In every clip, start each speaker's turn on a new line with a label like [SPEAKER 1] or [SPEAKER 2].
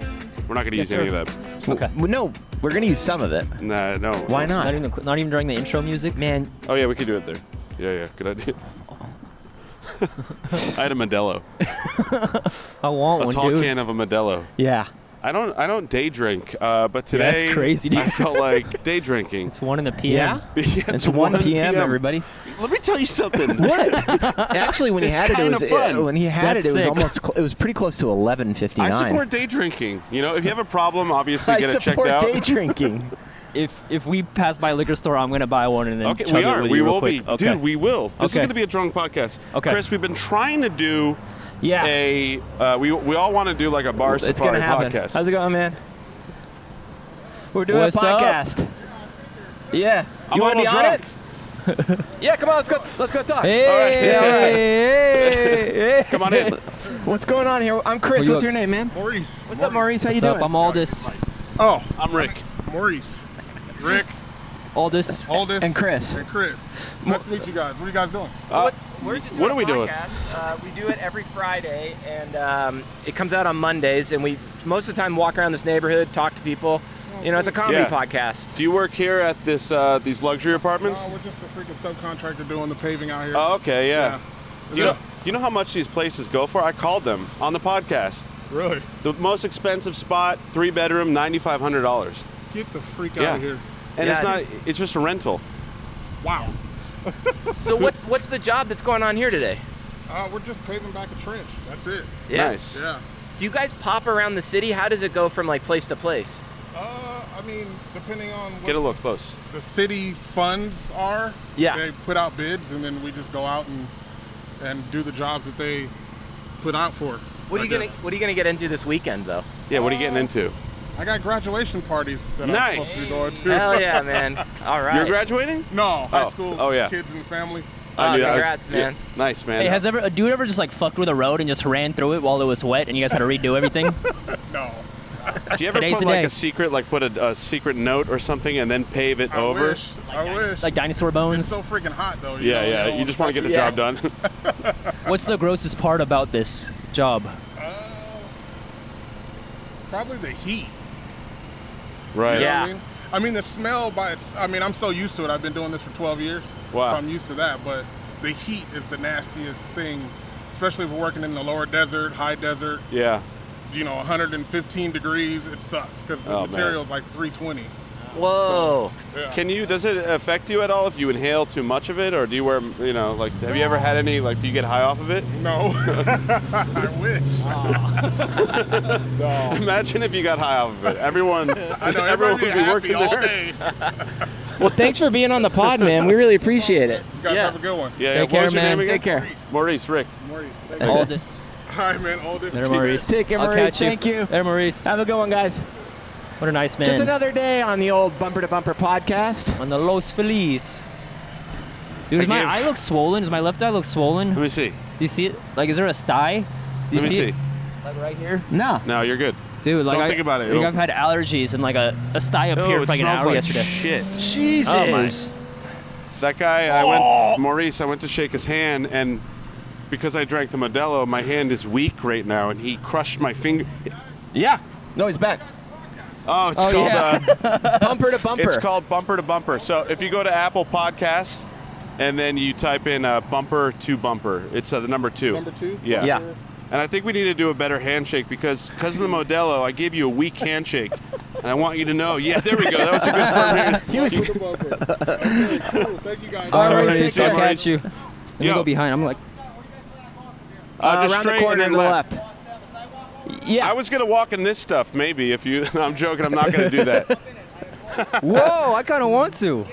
[SPEAKER 1] not gonna use any of that.
[SPEAKER 2] Okay.
[SPEAKER 3] Well, no, we're gonna use some of it.
[SPEAKER 1] Nah, no.
[SPEAKER 3] Why
[SPEAKER 2] Not
[SPEAKER 3] not?
[SPEAKER 2] even, the- not even during the intro music.
[SPEAKER 3] Man,
[SPEAKER 1] Oh yeah, we could do it there. Yeah, yeah, good idea. I had a Modelo,
[SPEAKER 2] I want
[SPEAKER 1] a
[SPEAKER 2] one,
[SPEAKER 1] tall
[SPEAKER 2] dude.
[SPEAKER 1] can of a Modelo.
[SPEAKER 2] Yeah,
[SPEAKER 1] I don't, I don't day drink, uh, but
[SPEAKER 2] Yeah,
[SPEAKER 1] today
[SPEAKER 2] that's crazy, dude.
[SPEAKER 1] I felt like day drinking.
[SPEAKER 2] it's one in the PM.
[SPEAKER 3] Yeah?
[SPEAKER 1] Yeah,
[SPEAKER 3] it's 1 p.m. Everybody.
[SPEAKER 1] Let me tell you something.
[SPEAKER 3] What? Actually, when he
[SPEAKER 1] It's
[SPEAKER 3] had it, it
[SPEAKER 1] kinda
[SPEAKER 3] was
[SPEAKER 1] fun.
[SPEAKER 3] uh, when he had
[SPEAKER 2] That's
[SPEAKER 3] it, it was
[SPEAKER 2] sick.
[SPEAKER 3] almost cl- it was pretty close to 11:59.
[SPEAKER 1] I support day drinking. You know, if you have a problem, obviously
[SPEAKER 3] I
[SPEAKER 1] get it checked
[SPEAKER 3] support
[SPEAKER 1] out.
[SPEAKER 3] day drinking.
[SPEAKER 2] If if we pass by liquor store, I'm gonna buy one and then
[SPEAKER 1] Okay,
[SPEAKER 2] chug
[SPEAKER 1] we
[SPEAKER 2] it
[SPEAKER 1] are.
[SPEAKER 2] with
[SPEAKER 1] We
[SPEAKER 2] you real
[SPEAKER 1] will be,
[SPEAKER 2] quick. Okay.
[SPEAKER 1] dude. We will. This is
[SPEAKER 2] Okay.
[SPEAKER 1] going to be a drunk podcast.
[SPEAKER 2] Okay.
[SPEAKER 1] Chris, we've been trying to do
[SPEAKER 3] Yeah.
[SPEAKER 1] a. Uh, we we all want to do like a bar
[SPEAKER 3] it's
[SPEAKER 1] safari
[SPEAKER 3] gonna happen.
[SPEAKER 1] podcast.
[SPEAKER 3] How's it going, man? We're doing
[SPEAKER 2] What's
[SPEAKER 3] a
[SPEAKER 2] up?
[SPEAKER 3] podcast. Yeah.
[SPEAKER 1] I'm
[SPEAKER 3] you
[SPEAKER 1] a
[SPEAKER 3] want to
[SPEAKER 1] little
[SPEAKER 3] be on
[SPEAKER 1] drunk.
[SPEAKER 3] it? Yeah, come on, let's go. Let's go talk.
[SPEAKER 2] Hey,
[SPEAKER 1] All right.
[SPEAKER 2] hey, hey,
[SPEAKER 1] Come on in.
[SPEAKER 3] What's going on here? I'm Chris.
[SPEAKER 2] Well, you
[SPEAKER 3] What's your
[SPEAKER 2] look-
[SPEAKER 3] name, man?
[SPEAKER 4] Maurice.
[SPEAKER 3] What's up, Maurice? How you
[SPEAKER 2] What's
[SPEAKER 3] doing?
[SPEAKER 2] up? I'm Aldis.
[SPEAKER 4] Oh,
[SPEAKER 1] I'm Rick.
[SPEAKER 4] Maurice. Rick,
[SPEAKER 2] Aldis.
[SPEAKER 4] Aldis,
[SPEAKER 3] And Chris.
[SPEAKER 4] And Chris. Nice to meet you guys. What are you guys doing?
[SPEAKER 1] Uh,
[SPEAKER 3] We're just
[SPEAKER 1] What
[SPEAKER 3] doing
[SPEAKER 1] are we
[SPEAKER 3] a
[SPEAKER 1] doing?
[SPEAKER 3] podcast. Uh, we do it every Friday, and um, it comes out on Mondays. And we most of the time walk around this neighborhood, talk to people. You know, it's a comedy
[SPEAKER 1] Yeah.
[SPEAKER 3] podcast.
[SPEAKER 1] do you work here at this uh, these luxury apartments?
[SPEAKER 4] No, we're just a freaking subcontractor doing the paving out here.
[SPEAKER 1] Oh, okay, yeah.
[SPEAKER 4] Yeah.
[SPEAKER 1] Do you know, do you know how much these places go for? I called them on the podcast.
[SPEAKER 4] Really?
[SPEAKER 1] The most expensive spot, three bedroom, ninety five hundred dollars.
[SPEAKER 4] Get the freak
[SPEAKER 1] Yeah,
[SPEAKER 4] out of here.
[SPEAKER 1] and it's
[SPEAKER 3] Yeah, I
[SPEAKER 1] not. It's just a rental.
[SPEAKER 4] Wow.
[SPEAKER 3] so what's what's the job that's going on here today?
[SPEAKER 4] Uh, we're just paving back a trench. That's it.
[SPEAKER 3] Yeah.
[SPEAKER 1] Nice.
[SPEAKER 4] Yeah.
[SPEAKER 3] Do you guys pop around the city? How does it go from like place to place?
[SPEAKER 4] Uh, I mean, depending on what
[SPEAKER 1] Get a little close.
[SPEAKER 4] the city funds are,
[SPEAKER 3] Yeah.
[SPEAKER 4] they put out bids and then we just go out and and do the jobs that they put out for.
[SPEAKER 3] What are
[SPEAKER 4] I
[SPEAKER 3] you gonna
[SPEAKER 4] guess.
[SPEAKER 3] What are you gonna get into this weekend though?
[SPEAKER 1] Yeah. What are you getting into?
[SPEAKER 4] I got graduation parties that I'm
[SPEAKER 1] Nice.
[SPEAKER 4] supposed to be going to.
[SPEAKER 3] Hell yeah, man! All right.
[SPEAKER 1] You're graduating.
[SPEAKER 4] No, high
[SPEAKER 1] Oh,
[SPEAKER 4] school
[SPEAKER 1] oh, yeah.
[SPEAKER 4] kids and family.
[SPEAKER 3] Oh,
[SPEAKER 1] knew that was-
[SPEAKER 3] congrats,
[SPEAKER 1] yeah,
[SPEAKER 3] man.
[SPEAKER 1] nice man.
[SPEAKER 2] Hey, has ever a dude ever just like fucked with a road and just ran through it while it was wet and you guys had to redo everything?
[SPEAKER 4] No.
[SPEAKER 1] Do you ever
[SPEAKER 2] Today's
[SPEAKER 1] put
[SPEAKER 2] the
[SPEAKER 1] like
[SPEAKER 2] day.
[SPEAKER 1] a secret, like put a, a secret note or something, and then pave it
[SPEAKER 4] I
[SPEAKER 1] over?
[SPEAKER 4] wish. I wish.
[SPEAKER 2] like dinosaur
[SPEAKER 4] it's
[SPEAKER 2] bones.
[SPEAKER 4] so freaking hot though. you
[SPEAKER 1] Yeah,
[SPEAKER 4] know,
[SPEAKER 1] yeah.
[SPEAKER 4] don't
[SPEAKER 1] You just want to get the
[SPEAKER 3] Yeah.
[SPEAKER 1] job done.
[SPEAKER 2] What's the grossest part about this job?
[SPEAKER 4] Probably the heat.
[SPEAKER 1] right.
[SPEAKER 4] You know
[SPEAKER 3] Yeah.
[SPEAKER 4] what I mean? I mean the smell by its. I mean I'm so used to it. I've been doing this for 12 years.
[SPEAKER 1] Wow.
[SPEAKER 4] So I'm used to that. But the heat is the nastiest thing, especially if we're working in the lower desert, high desert.
[SPEAKER 1] Yeah.
[SPEAKER 4] You know, 115 degrees. It sucks because the
[SPEAKER 1] Oh, man.
[SPEAKER 4] material's like 320.
[SPEAKER 3] Whoa.
[SPEAKER 4] Yeah.
[SPEAKER 1] Can you? Does it affect you at all if you inhale too much of it, or do you wear? You know, like, have you ever had any? Like, do you get high off of it?
[SPEAKER 4] no. I wish. no.
[SPEAKER 1] Imagine if you got high off of it. Everyone,
[SPEAKER 4] I know
[SPEAKER 1] everyone
[SPEAKER 4] everyone
[SPEAKER 1] would be working
[SPEAKER 4] all
[SPEAKER 1] there.
[SPEAKER 4] day. You
[SPEAKER 3] Well, thanks for being on the pod, man. We really appreciate it.
[SPEAKER 4] guys
[SPEAKER 3] yeah.
[SPEAKER 4] have a good one.
[SPEAKER 1] Yeah. yeah.
[SPEAKER 2] Take
[SPEAKER 1] What
[SPEAKER 2] care,
[SPEAKER 1] was your
[SPEAKER 2] man.
[SPEAKER 1] name again?
[SPEAKER 3] Take care.
[SPEAKER 1] Maurice, Rick.
[SPEAKER 4] Maurice, thank you.
[SPEAKER 2] All this.
[SPEAKER 4] All right, man. All this.
[SPEAKER 2] There, Maurice.
[SPEAKER 3] Take care,
[SPEAKER 2] I'll
[SPEAKER 3] Maurice.
[SPEAKER 2] catch you.
[SPEAKER 3] Thank you.
[SPEAKER 2] There, Maurice.
[SPEAKER 3] Have a good one, guys.
[SPEAKER 2] What a nice man.
[SPEAKER 3] Just another day on the old bumper to bumper podcast.
[SPEAKER 2] On the Los Feliz. Dude, does
[SPEAKER 1] I
[SPEAKER 2] my
[SPEAKER 1] gave-
[SPEAKER 2] eye look swollen? Does my left eye look swollen?
[SPEAKER 1] Let
[SPEAKER 2] Do
[SPEAKER 1] me see.
[SPEAKER 2] you see it? Like, is there a sty? Do you
[SPEAKER 1] Let me see.
[SPEAKER 2] It? Like right here?
[SPEAKER 3] No.
[SPEAKER 1] No, you're good.
[SPEAKER 2] Dude, like
[SPEAKER 1] Don't
[SPEAKER 2] I
[SPEAKER 1] think about it.
[SPEAKER 2] I think
[SPEAKER 1] It'll-
[SPEAKER 2] I've had allergies and like a, a sty appeared
[SPEAKER 1] Oh,
[SPEAKER 2] for
[SPEAKER 1] it
[SPEAKER 2] like an
[SPEAKER 1] smells
[SPEAKER 2] hour
[SPEAKER 1] like
[SPEAKER 2] yesterday.
[SPEAKER 1] shit. Uh,
[SPEAKER 3] Jesus.
[SPEAKER 2] Oh, my.
[SPEAKER 1] That guy, I went, Maurice, I went to shake his hand, and because I drank the Modelo, my hand is weak right now, and he crushed my finger.
[SPEAKER 3] Yeah. No, he's back.
[SPEAKER 1] Oh, it's
[SPEAKER 3] Oh,
[SPEAKER 1] called
[SPEAKER 3] yeah.
[SPEAKER 1] uh,
[SPEAKER 3] Bumper to bumper.
[SPEAKER 1] it's called bumper to bumper. So if you go to Apple Podcasts and then you type in uh, bumper to bumper, it's uh, the number two.
[SPEAKER 4] Number two?
[SPEAKER 1] Yeah.
[SPEAKER 3] Yeah.
[SPEAKER 1] And I think we need to do a better handshake because because of the Modelo, I gave you a weak handshake, and I want you to know. Yeah, there we go. That was a good firm hand.
[SPEAKER 4] Bumper to bumper. okay, cool. Thank you guys.
[SPEAKER 2] All right,
[SPEAKER 3] Alright,
[SPEAKER 2] Maurice,
[SPEAKER 3] take
[SPEAKER 2] I'll
[SPEAKER 3] care,
[SPEAKER 2] catch you. Let me
[SPEAKER 1] Yo.
[SPEAKER 2] go behind. I'm like,
[SPEAKER 1] Uh, just
[SPEAKER 3] around
[SPEAKER 1] straight
[SPEAKER 3] the corner
[SPEAKER 1] and then
[SPEAKER 3] to the
[SPEAKER 1] left.
[SPEAKER 3] left. Yeah.
[SPEAKER 1] I was gonna walk in this stuff maybe if you. No, I'm joking. I'm not gonna do that.
[SPEAKER 3] Whoa, I kind of want to.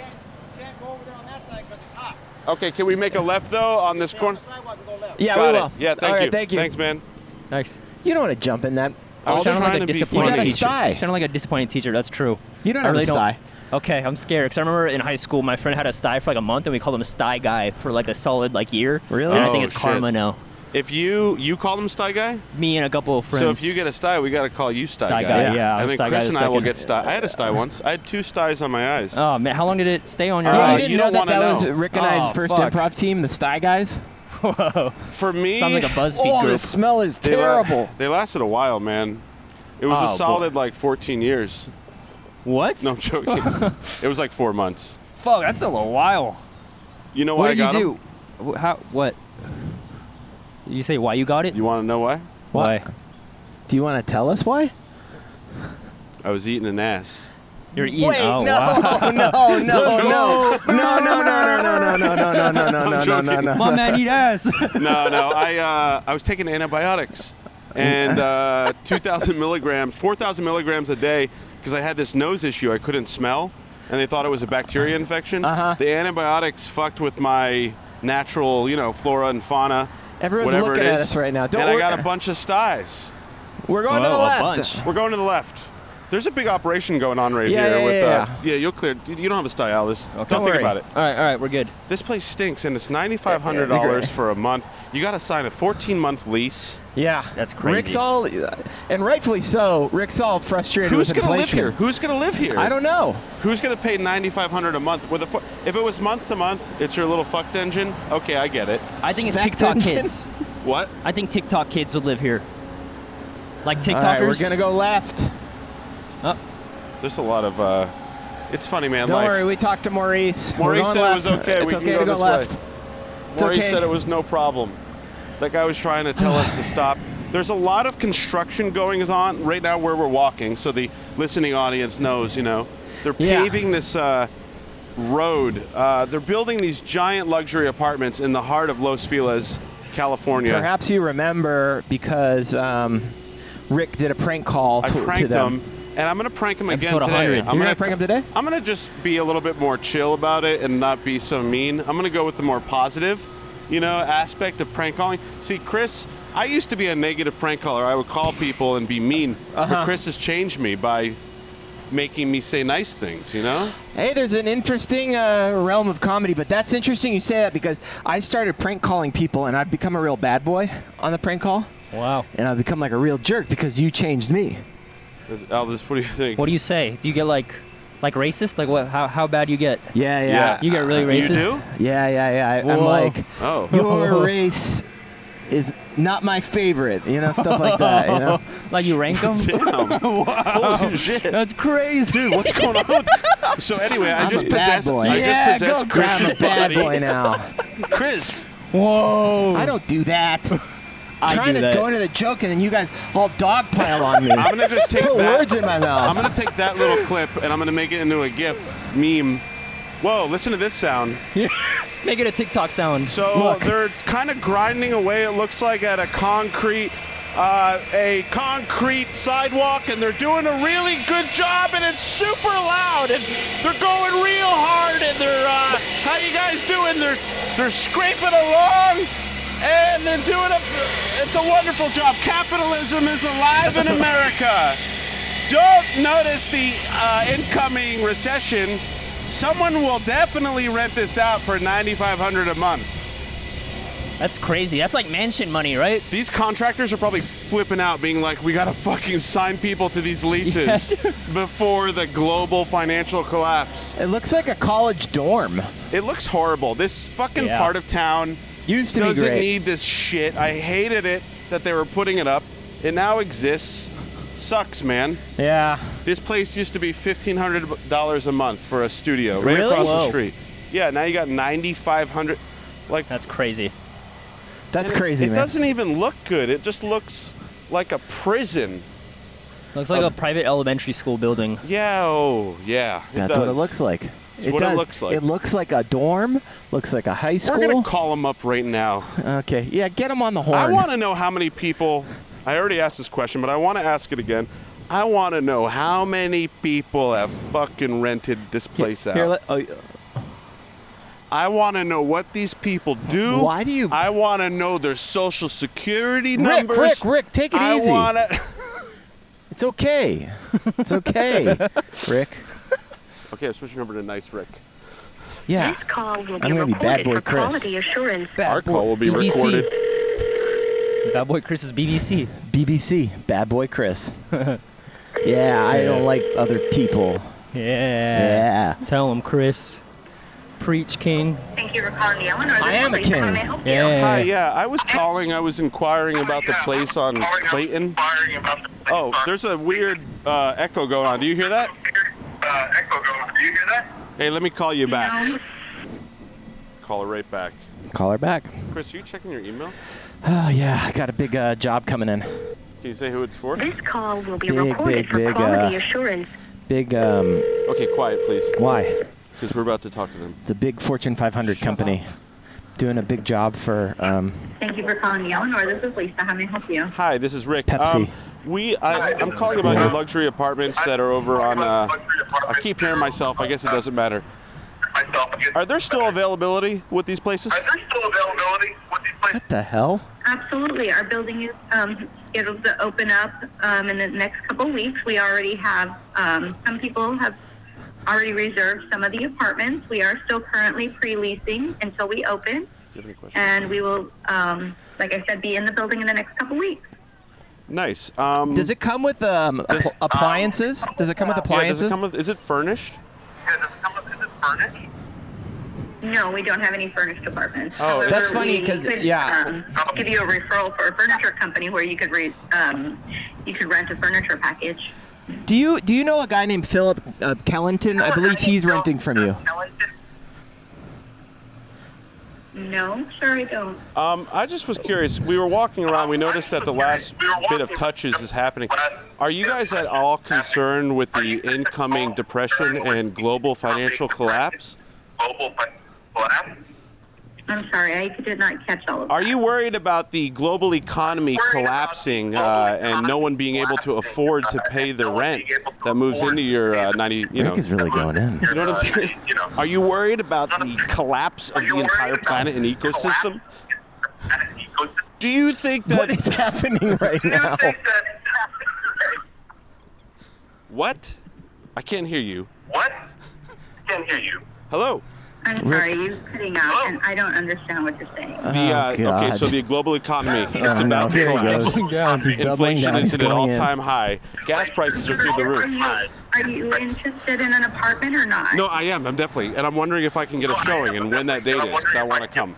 [SPEAKER 5] Can't go over there on that side because it's hot.
[SPEAKER 1] Okay, can we make a left though on this
[SPEAKER 5] Stay on
[SPEAKER 1] corner?
[SPEAKER 5] the sidewalk and go left.
[SPEAKER 3] Yeah,
[SPEAKER 1] Got
[SPEAKER 3] we
[SPEAKER 1] it.
[SPEAKER 3] will.
[SPEAKER 1] Yeah, thank
[SPEAKER 3] All right,
[SPEAKER 1] you.
[SPEAKER 3] Thank you.
[SPEAKER 1] Thanks, man.
[SPEAKER 2] thanks.
[SPEAKER 3] You don't want to jump in that.
[SPEAKER 1] I was
[SPEAKER 2] Sounded
[SPEAKER 1] trying
[SPEAKER 2] like a
[SPEAKER 1] to be
[SPEAKER 2] disappointed
[SPEAKER 1] funny.
[SPEAKER 3] You got a
[SPEAKER 2] teacher.
[SPEAKER 3] sty.
[SPEAKER 2] Sounded like a disappointed teacher. That's true.
[SPEAKER 3] You don't
[SPEAKER 2] I
[SPEAKER 3] have
[SPEAKER 2] really
[SPEAKER 3] a sty.
[SPEAKER 2] Okay, I'm scared because I remember in high school my friend had a sty for like a month and we called him a sty guy for like a solid like year.
[SPEAKER 3] Really?
[SPEAKER 2] And I
[SPEAKER 1] Oh,
[SPEAKER 2] think it's karma
[SPEAKER 1] shit.
[SPEAKER 2] now.
[SPEAKER 1] If you you call him Sty Guy,
[SPEAKER 2] Me and a couple of friends.
[SPEAKER 1] so if you get a Sty, we gotta call you Sty,
[SPEAKER 2] Sty Guy, yeah,
[SPEAKER 1] I think
[SPEAKER 2] Sty Guy
[SPEAKER 1] Chris
[SPEAKER 2] the
[SPEAKER 1] and I will
[SPEAKER 2] second.
[SPEAKER 1] get Sty. I had a Sty once. I had two Stys on my eyes.
[SPEAKER 2] oh man, how long did it stay on your
[SPEAKER 1] Uh,
[SPEAKER 3] Yeah,
[SPEAKER 2] eye?
[SPEAKER 3] you didn't
[SPEAKER 1] you
[SPEAKER 3] know
[SPEAKER 1] don't
[SPEAKER 3] that
[SPEAKER 1] wanna
[SPEAKER 3] that was
[SPEAKER 1] know.
[SPEAKER 3] Rick and
[SPEAKER 2] Oh,
[SPEAKER 3] I's first
[SPEAKER 2] fuck.
[SPEAKER 3] improv team, the Sty Guys.
[SPEAKER 2] Whoa.
[SPEAKER 1] For me,
[SPEAKER 2] Sounds like a BuzzFeed
[SPEAKER 3] Oh, the
[SPEAKER 2] group.
[SPEAKER 3] smell is
[SPEAKER 1] they la-
[SPEAKER 3] terrible.
[SPEAKER 1] they lasted a while, man. It was
[SPEAKER 2] Oh,
[SPEAKER 1] a
[SPEAKER 2] boy.
[SPEAKER 1] solid like 14 years.
[SPEAKER 2] What?
[SPEAKER 1] No, I'm joking. it was like four months.
[SPEAKER 2] Fuck, that's still a while.
[SPEAKER 1] You know why
[SPEAKER 2] what
[SPEAKER 1] I
[SPEAKER 2] did you
[SPEAKER 1] got 'em?
[SPEAKER 2] do? Wh- How? What? You say why you got it?
[SPEAKER 1] You want to know why?
[SPEAKER 2] why?
[SPEAKER 3] Do you want to tell us why?
[SPEAKER 1] I was eating an ass.
[SPEAKER 2] You're eating.
[SPEAKER 3] Wait,
[SPEAKER 2] oh,
[SPEAKER 3] no,
[SPEAKER 2] wow.
[SPEAKER 3] no, no, no, no, no, no, no, no, no, no, no, no, no, no, no, no, no,
[SPEAKER 1] joking.
[SPEAKER 3] no.
[SPEAKER 2] My man eat ass.
[SPEAKER 1] no, no. I uh, I was taking antibiotics and uh, 2,000 milligrams, 4,000 milligrams a day because I had this nose issue. I couldn't smell, and they thought it was a bacteria infection.
[SPEAKER 3] Uh-huh.
[SPEAKER 1] The antibiotics fucked with my natural, you know, flora and fauna.
[SPEAKER 3] Everyone's
[SPEAKER 1] whatever
[SPEAKER 3] looking
[SPEAKER 1] it
[SPEAKER 3] at
[SPEAKER 1] is.
[SPEAKER 3] us right now. Don't
[SPEAKER 1] and
[SPEAKER 3] worry-
[SPEAKER 1] I got a bunch of styes.
[SPEAKER 3] We're going to the
[SPEAKER 2] Whoa, a
[SPEAKER 3] left.
[SPEAKER 2] bunch.
[SPEAKER 1] We're going to the left. There's a big operation going on right
[SPEAKER 3] Yeah,
[SPEAKER 1] here.
[SPEAKER 3] yeah,
[SPEAKER 1] with,
[SPEAKER 3] yeah,
[SPEAKER 1] uh, yeah, you'll clear. dude, You don't have a sty, Alice. Don't,
[SPEAKER 2] Don't
[SPEAKER 1] think
[SPEAKER 2] worry.
[SPEAKER 1] about it.
[SPEAKER 2] All right, all right, we're good.
[SPEAKER 1] This place stinks, and it's ninety-five hundred dollars for a month. You got to sign a fourteen-month lease.
[SPEAKER 3] Yeah,
[SPEAKER 2] That's crazy.
[SPEAKER 3] Rick's all, and rightfully so. Rick's all frustrated
[SPEAKER 1] Who's
[SPEAKER 3] with
[SPEAKER 1] gonna live
[SPEAKER 3] inflation.
[SPEAKER 1] here? Who's gonna live here?
[SPEAKER 3] I don't know.
[SPEAKER 1] Who's gonna pay ninety-five hundred a month? With a fu- if it was month to month, it's your little fucked engine. Okay, I get it.
[SPEAKER 2] I think it's
[SPEAKER 3] That
[SPEAKER 2] TikTok
[SPEAKER 3] tension.
[SPEAKER 2] kids.
[SPEAKER 1] What?
[SPEAKER 2] I think TikTok kids would live here. Like TikTokers.
[SPEAKER 3] All right, we're gonna go left.
[SPEAKER 2] Oh,
[SPEAKER 1] There's a lot of. Uh, it's funny, man.
[SPEAKER 3] Don't
[SPEAKER 1] life.
[SPEAKER 3] worry, we talked to Maurice. We're
[SPEAKER 1] Maurice
[SPEAKER 3] going
[SPEAKER 1] said it was
[SPEAKER 3] left.
[SPEAKER 1] okay,
[SPEAKER 3] It's
[SPEAKER 1] we can
[SPEAKER 3] okay
[SPEAKER 1] go
[SPEAKER 3] to go
[SPEAKER 1] this way.
[SPEAKER 3] left. It's
[SPEAKER 1] Maury
[SPEAKER 3] okay.
[SPEAKER 1] said it was no problem. That guy was trying to tell us to stop. There's a lot of construction going on right now where we're walking, so the listening audience knows, you know. They're
[SPEAKER 3] Yeah.
[SPEAKER 1] paving this uh, road. Uh, they're building these giant luxury apartments in the heart of Los Feliz, California.
[SPEAKER 3] Perhaps you remember because um, Rick did a prank call
[SPEAKER 1] I
[SPEAKER 3] to,
[SPEAKER 1] pranked
[SPEAKER 3] to them.
[SPEAKER 1] him, and I'm going to prank him again
[SPEAKER 2] Episode
[SPEAKER 1] today.
[SPEAKER 2] 100.
[SPEAKER 1] I'm
[SPEAKER 2] You're
[SPEAKER 3] gonna prank him today?
[SPEAKER 1] I'm going to just be a little bit more chill about it and not be so mean. I'm going to go with the more positive, you know, aspect of prank calling. See, Chris, I used to be a negative prank caller. I would call people and be mean, but Chris has changed me by making me say nice things, you know?
[SPEAKER 3] Hey, there's an interesting uh, realm of comedy, but that's interesting you say that because I started prank calling people and I've become a real bad boy on the prank call.
[SPEAKER 2] wow.
[SPEAKER 3] And I've become like a real jerk because you changed me.
[SPEAKER 1] Is- Aldis, what do you think?
[SPEAKER 2] What do you say? Do you get like, like racist? Like what? How how bad you get?
[SPEAKER 3] Yeah,
[SPEAKER 1] Yeah.
[SPEAKER 3] yeah.
[SPEAKER 2] You get really
[SPEAKER 1] You
[SPEAKER 2] racist.
[SPEAKER 1] do?
[SPEAKER 3] Yeah, yeah, yeah. I, I'm
[SPEAKER 2] Whoa.
[SPEAKER 3] like,
[SPEAKER 1] Oh.
[SPEAKER 3] your race is not my favorite, you know, stuff like that, you know?
[SPEAKER 2] Like you rank them?
[SPEAKER 1] Damn. Holy shit.
[SPEAKER 2] That's crazy.
[SPEAKER 1] Dude, what's going on? with- so anyway, I
[SPEAKER 3] I'm
[SPEAKER 1] just
[SPEAKER 3] a bad
[SPEAKER 1] possess.
[SPEAKER 3] boy.
[SPEAKER 1] I
[SPEAKER 2] Yeah,
[SPEAKER 1] just possess
[SPEAKER 2] go
[SPEAKER 3] I'm
[SPEAKER 1] Chris's
[SPEAKER 3] a bad boy
[SPEAKER 1] body.
[SPEAKER 3] now.
[SPEAKER 1] Chris,
[SPEAKER 2] Whoa.
[SPEAKER 1] Hmm.
[SPEAKER 3] I don't do that. I'm trying
[SPEAKER 2] do
[SPEAKER 3] to
[SPEAKER 2] that.
[SPEAKER 3] go into the joke and then you guys all dogpile on me.
[SPEAKER 1] I'm gonna just take
[SPEAKER 3] Put
[SPEAKER 1] that.
[SPEAKER 3] words in my
[SPEAKER 1] I'm
[SPEAKER 3] mouth.
[SPEAKER 1] gonna take that little clip and I'm gonna make it into a GIF meme. Whoa! Listen to this sound.
[SPEAKER 2] Make it a TikTok sound.
[SPEAKER 1] So they're kind of grinding away. It looks like at a concrete, uh, a concrete sidewalk, and they're doing a really good job. And it's super loud, and they're going real hard. And they're uh, how you guys doing? They're they're scraping along. And they're doing a, it's a wonderful job. Capitalism is alive in America. don't notice the uh, incoming recession, someone will definitely rent this out for 9500 a month.
[SPEAKER 2] That's crazy. That's like mansion money, right?
[SPEAKER 1] These contractors are probably flipping out, being like, we gotta fucking sign people to these leases before the global financial collapse.
[SPEAKER 3] It looks like a college dorm.
[SPEAKER 1] It looks horrible. This fucking
[SPEAKER 2] Yeah.
[SPEAKER 1] part of town
[SPEAKER 3] Used to be
[SPEAKER 1] doesn't
[SPEAKER 3] great.
[SPEAKER 1] need this shit. I hated it that they were putting it up. It now exists. Sucks, man.
[SPEAKER 3] yeah.
[SPEAKER 1] This place used to be fifteen hundred dollars a month for a studio right
[SPEAKER 2] Really?
[SPEAKER 1] across the
[SPEAKER 2] Whoa.
[SPEAKER 1] street. Yeah, now you got ninety five hundred. Like
[SPEAKER 2] That's crazy.
[SPEAKER 3] That's
[SPEAKER 1] it-
[SPEAKER 3] crazy,
[SPEAKER 1] It
[SPEAKER 3] man.
[SPEAKER 1] doesn't even look good. It just looks like a prison.
[SPEAKER 2] Looks
[SPEAKER 1] Oh.
[SPEAKER 2] like a private elementary school building.
[SPEAKER 1] Yeah, oh yeah.
[SPEAKER 3] That's what it looks like.
[SPEAKER 1] It's what it
[SPEAKER 3] does.
[SPEAKER 1] looks like.
[SPEAKER 3] It looks like a dorm. Looks like a high
[SPEAKER 1] We're
[SPEAKER 3] school.
[SPEAKER 1] gonna call him up right now.
[SPEAKER 3] okay. Yeah, get him on the horn.
[SPEAKER 1] I want to know how many people. I already asked this question, but I want to ask it again. I want to know how many people have fucking rented this place out.
[SPEAKER 3] Here, let, oh,
[SPEAKER 1] I want to know what these people do.
[SPEAKER 3] Why do you-
[SPEAKER 1] I want to know their social security
[SPEAKER 3] Rick,
[SPEAKER 1] numbers.
[SPEAKER 3] Rick, Rick, take it
[SPEAKER 1] I
[SPEAKER 3] easy.
[SPEAKER 1] want to.
[SPEAKER 3] it's okay. It's okay, Rick.
[SPEAKER 1] Okay, I'm switching over to nice Rick.
[SPEAKER 3] Yeah.
[SPEAKER 6] This call will be
[SPEAKER 3] I'm gonna be
[SPEAKER 6] recorded
[SPEAKER 3] bad boy
[SPEAKER 6] for
[SPEAKER 3] Chris.
[SPEAKER 6] quality assurance.
[SPEAKER 3] Bad
[SPEAKER 1] Our
[SPEAKER 3] boy-
[SPEAKER 1] call will be
[SPEAKER 2] BBC.
[SPEAKER 1] recorded.
[SPEAKER 2] Bad boy Chris is BBC.
[SPEAKER 3] BBC. Bad boy Chris. yeah, I don't like other people.
[SPEAKER 2] Yeah.
[SPEAKER 3] Yeah.
[SPEAKER 2] Tell him, Chris. Preach, King.
[SPEAKER 6] Thank you for calling the Eleanor. This
[SPEAKER 3] I am a
[SPEAKER 6] is Lisa.
[SPEAKER 3] king.
[SPEAKER 6] How may I help you?
[SPEAKER 2] Yeah.
[SPEAKER 3] Eh.
[SPEAKER 1] Hi, yeah, I was calling. I was inquiring about the place on Clayton. Oh, there's a weird uh, echo going on. Do you hear that?
[SPEAKER 7] Uh, echo going. Do you hear that?
[SPEAKER 1] Hey, let me call you back. Call her right back.
[SPEAKER 3] Call her back.
[SPEAKER 1] Chris, are you checking your email?
[SPEAKER 3] Oh yeah, I got a big uh, job coming in.
[SPEAKER 1] Can you say who it's for?
[SPEAKER 6] This call will be
[SPEAKER 3] Big,
[SPEAKER 6] recorded
[SPEAKER 3] big,
[SPEAKER 6] for
[SPEAKER 3] big,
[SPEAKER 6] quality
[SPEAKER 3] uh,
[SPEAKER 6] assurance.
[SPEAKER 3] Big um,
[SPEAKER 1] Okay, quiet, please,
[SPEAKER 3] why?
[SPEAKER 1] because we're about to talk to them.
[SPEAKER 3] The big Fortune 500 company, doing a big job for um,
[SPEAKER 6] Thank you for calling the Eleanor. This is Lisa. How may I help you?
[SPEAKER 1] Hi, this is Rick.
[SPEAKER 3] Pepsi.
[SPEAKER 1] Um, we, I, I'm calling about your luxury apartments that are over on. Uh, I keep hearing myself. I guess it doesn't matter.
[SPEAKER 7] Myself. again.
[SPEAKER 1] Are there still availability with these places?
[SPEAKER 7] Are there still availability with these places?
[SPEAKER 3] what the hell?
[SPEAKER 6] Absolutely. Our building is um, scheduled to open up um, in the next couple weeks. We already have, um, some people have already reserved some of the apartments. We are still currently pre leasing until we open.
[SPEAKER 7] Uh,
[SPEAKER 6] And we will, um, like I said, be in the building in the next couple weeks.
[SPEAKER 1] Nice. Um,
[SPEAKER 3] Does it come with um, app- appliances? Does it come with
[SPEAKER 1] yeah, does
[SPEAKER 3] appliances?
[SPEAKER 1] it come with? Is it furnished?
[SPEAKER 7] Yeah, does it come with, is it furnished?
[SPEAKER 6] No, we don't have any furnished apartments.
[SPEAKER 1] Oh,
[SPEAKER 6] However,
[SPEAKER 3] That's funny
[SPEAKER 6] we
[SPEAKER 3] 'cause,
[SPEAKER 6] could,
[SPEAKER 3] yeah.
[SPEAKER 6] um, give you a referral for a furniture company where you could re- um, you could rent a furniture package.
[SPEAKER 3] do you do you know a guy named Philip uh, Kellington? I believe he's renting from you.
[SPEAKER 6] No, sure I don't.
[SPEAKER 1] Um, I just was curious. We were walking around. We noticed that the last bit of touches is happening. Are you guys at all concerned with the incoming depression and global financial collapse?
[SPEAKER 7] Global fin- collapse?
[SPEAKER 6] I'm sorry, I did not catch all of that.
[SPEAKER 1] Are you worried about the global economy collapsing uh, and no one being able to afford to pay the rent that moves into your uh, 90? You know,
[SPEAKER 3] Rick is really going in.
[SPEAKER 1] you know what I'm saying?
[SPEAKER 7] Uh, You know,
[SPEAKER 1] Are you worried about the collapse of the entire planet and ecosystem? Do you think
[SPEAKER 3] What
[SPEAKER 1] that
[SPEAKER 3] is happening right now?
[SPEAKER 1] what? I can't hear you.
[SPEAKER 7] what? Can't hear you.
[SPEAKER 1] Hello.
[SPEAKER 6] I'm sorry, you cutting out, and I don't understand what you're saying.
[SPEAKER 1] The, uh,
[SPEAKER 3] Oh,
[SPEAKER 1] okay,
[SPEAKER 3] God.
[SPEAKER 1] so the global economy it's
[SPEAKER 3] Oh, no.
[SPEAKER 1] about to
[SPEAKER 3] Here he
[SPEAKER 1] collapse.
[SPEAKER 3] goes. He's doubling
[SPEAKER 1] Inflation
[SPEAKER 3] down.
[SPEAKER 1] is
[SPEAKER 3] He's
[SPEAKER 1] at an
[SPEAKER 3] going in.
[SPEAKER 1] all-time high. Gas prices are through the roof.
[SPEAKER 6] Are you, are you interested in an apartment or not?
[SPEAKER 1] No, I am. I'm definitely, and I'm wondering if I can get a showing and when that date is, because I want to come.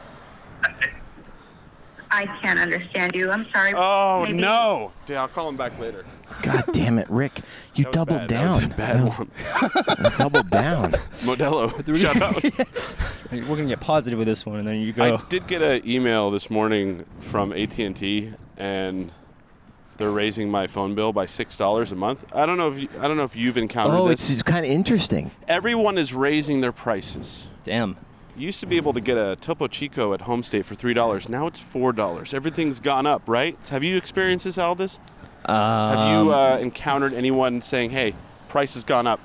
[SPEAKER 6] I can't understand you. I'm sorry.
[SPEAKER 1] Oh
[SPEAKER 6] Maybe-
[SPEAKER 1] no! Yeah, I'll call him back later.
[SPEAKER 3] God damn it, Rick! You
[SPEAKER 1] That was
[SPEAKER 3] doubled
[SPEAKER 1] bad. That was a
[SPEAKER 3] down.
[SPEAKER 1] bad one.
[SPEAKER 3] doubled down.
[SPEAKER 1] Modelo, shout out.
[SPEAKER 2] We're gonna get positive with this one, and then you go.
[SPEAKER 3] Oh.
[SPEAKER 1] I did get an email this morning from AT&T, and they're raising my phone bill by six dollars a month. I don't know if you, I don't know if you've encountered
[SPEAKER 3] Oh,
[SPEAKER 1] this.
[SPEAKER 3] it's kind of interesting.
[SPEAKER 1] Everyone is raising their prices.
[SPEAKER 2] Damn.
[SPEAKER 1] You used to be able to get a Topo Chico at Home State for three dollars. Now it's four dollars. Everything's gone up, right? Have you experienced this, Aldis?
[SPEAKER 3] Um,
[SPEAKER 1] Have you uh, encountered anyone saying, "Hey, price has gone up,"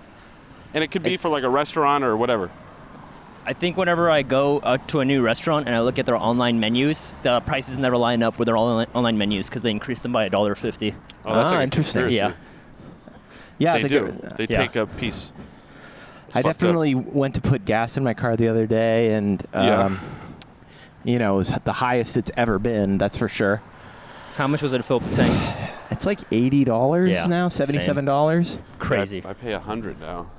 [SPEAKER 1] and it could be for like a restaurant or whatever?
[SPEAKER 2] I think whenever I go uh, to a new restaurant and I look at their online menus, the prices never line up with their online, online menus because they increase them by a dollar fifty.
[SPEAKER 1] Oh, that's
[SPEAKER 3] Ah,
[SPEAKER 1] like a
[SPEAKER 3] interesting.
[SPEAKER 1] conspiracy.
[SPEAKER 2] Yeah.
[SPEAKER 3] uh, Yeah,
[SPEAKER 1] They
[SPEAKER 3] the
[SPEAKER 1] do.
[SPEAKER 3] gov-
[SPEAKER 1] They
[SPEAKER 2] yeah.
[SPEAKER 1] take a piece. It's
[SPEAKER 3] I
[SPEAKER 1] fucked up.
[SPEAKER 3] definitely went to put gas in my car the other day, and
[SPEAKER 1] Yeah.
[SPEAKER 3] um, you know, it was the highest it's ever been. That's for sure.
[SPEAKER 2] How much was it to fill up the tank?
[SPEAKER 3] It's like eighty dollars
[SPEAKER 2] Yeah,
[SPEAKER 3] now,
[SPEAKER 2] same.
[SPEAKER 3] seventy-seven dollars.
[SPEAKER 2] Crazy.
[SPEAKER 1] I pay a hundred now.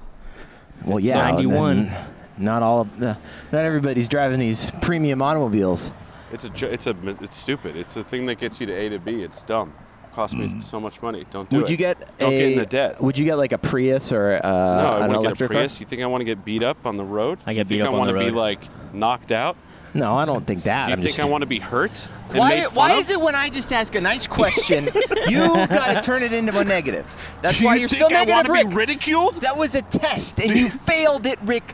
[SPEAKER 3] Well, yeah, and
[SPEAKER 2] 91.
[SPEAKER 3] then Not all of the, not everybody's driving these premium automobiles.
[SPEAKER 1] It's a. jo- It's a. It's stupid. It's a thing that gets you to A to B. It's dumb. Cost me so much money. Don't do
[SPEAKER 3] Mm. would
[SPEAKER 1] it.
[SPEAKER 3] you get
[SPEAKER 1] Don't
[SPEAKER 3] a?
[SPEAKER 1] get into debt.
[SPEAKER 3] Would you get like a Prius or uh,
[SPEAKER 1] No, I
[SPEAKER 3] an
[SPEAKER 1] want to get a
[SPEAKER 3] electric car?
[SPEAKER 1] Prius. You think I want to get beat up on the road?
[SPEAKER 2] I get
[SPEAKER 1] you think
[SPEAKER 2] beat up
[SPEAKER 1] I
[SPEAKER 2] on
[SPEAKER 1] wanna
[SPEAKER 2] the
[SPEAKER 1] be
[SPEAKER 2] road.
[SPEAKER 1] like knocked out.
[SPEAKER 3] No, I don't think that.
[SPEAKER 1] Do you
[SPEAKER 3] I'm
[SPEAKER 1] think
[SPEAKER 3] just,
[SPEAKER 1] I want to be hurt and made
[SPEAKER 3] Why,
[SPEAKER 1] fun
[SPEAKER 3] why
[SPEAKER 1] of?
[SPEAKER 3] is it when I just ask a nice question, you gotta turn it into a negative? That's
[SPEAKER 1] Do
[SPEAKER 3] why
[SPEAKER 1] you
[SPEAKER 3] are
[SPEAKER 1] think
[SPEAKER 3] still
[SPEAKER 1] I
[SPEAKER 3] negative,
[SPEAKER 1] wanna
[SPEAKER 3] Rick.
[SPEAKER 1] be ridiculed?
[SPEAKER 3] That was a test, and you failed it, Rick.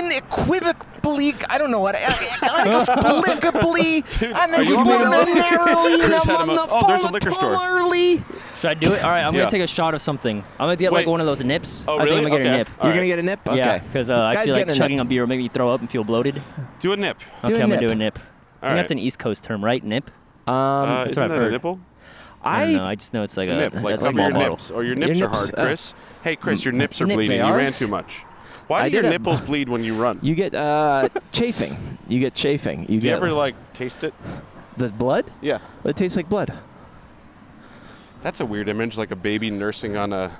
[SPEAKER 3] Inequivocably, I don't know what, uh, inexplicably, unexplanarily,
[SPEAKER 1] Chris had him up. Oh, there's a liquor store.
[SPEAKER 3] involuntarily.
[SPEAKER 2] Should I do it? All right, I'm
[SPEAKER 1] Yeah.
[SPEAKER 2] gonna take a shot of something. I'm gonna get like
[SPEAKER 1] Wait.
[SPEAKER 2] one of those nips.
[SPEAKER 1] Oh,
[SPEAKER 2] I
[SPEAKER 1] really?
[SPEAKER 2] think I'm gonna get
[SPEAKER 1] Okay.
[SPEAKER 2] a nip.
[SPEAKER 1] All
[SPEAKER 3] You're
[SPEAKER 1] right.
[SPEAKER 3] gonna get a nip? Okay.
[SPEAKER 2] Yeah, because uh, I
[SPEAKER 3] Guy's
[SPEAKER 2] feel like
[SPEAKER 3] getting a
[SPEAKER 2] chugging a
[SPEAKER 3] nip.
[SPEAKER 2] beer will make me throw up and feel bloated.
[SPEAKER 1] Do a nip.
[SPEAKER 3] Do
[SPEAKER 2] okay,
[SPEAKER 3] a
[SPEAKER 2] I'm gonna do
[SPEAKER 3] nip.
[SPEAKER 2] a nip. I
[SPEAKER 1] All
[SPEAKER 2] think that's
[SPEAKER 1] right.
[SPEAKER 2] an East Coast term, right? Nip.
[SPEAKER 1] Uh,
[SPEAKER 2] That's what
[SPEAKER 1] isn't
[SPEAKER 2] I've
[SPEAKER 1] that a
[SPEAKER 2] heard.
[SPEAKER 1] nipple?
[SPEAKER 2] I don't know.
[SPEAKER 3] Um, I,
[SPEAKER 2] I just know it's like
[SPEAKER 1] A
[SPEAKER 2] a,
[SPEAKER 1] nip, like
[SPEAKER 2] that's
[SPEAKER 1] cover
[SPEAKER 2] small
[SPEAKER 1] your
[SPEAKER 2] bottle.
[SPEAKER 1] nips, or your
[SPEAKER 3] Your
[SPEAKER 1] nips are
[SPEAKER 3] nips,
[SPEAKER 1] hard,
[SPEAKER 3] uh,
[SPEAKER 1] Chris. Hey, Chris, your nips are
[SPEAKER 2] nips
[SPEAKER 1] bleeding.
[SPEAKER 2] are.
[SPEAKER 1] You ran too much. Why
[SPEAKER 3] I
[SPEAKER 1] do your
[SPEAKER 3] did it.
[SPEAKER 1] nipples bleed when you run?
[SPEAKER 3] you get uh, chafing. You get chafing. You
[SPEAKER 1] do you
[SPEAKER 3] get
[SPEAKER 1] ever like taste it?
[SPEAKER 3] the blood.
[SPEAKER 1] Yeah.
[SPEAKER 3] It tastes like blood.
[SPEAKER 1] That's a weird image, like a baby nursing on a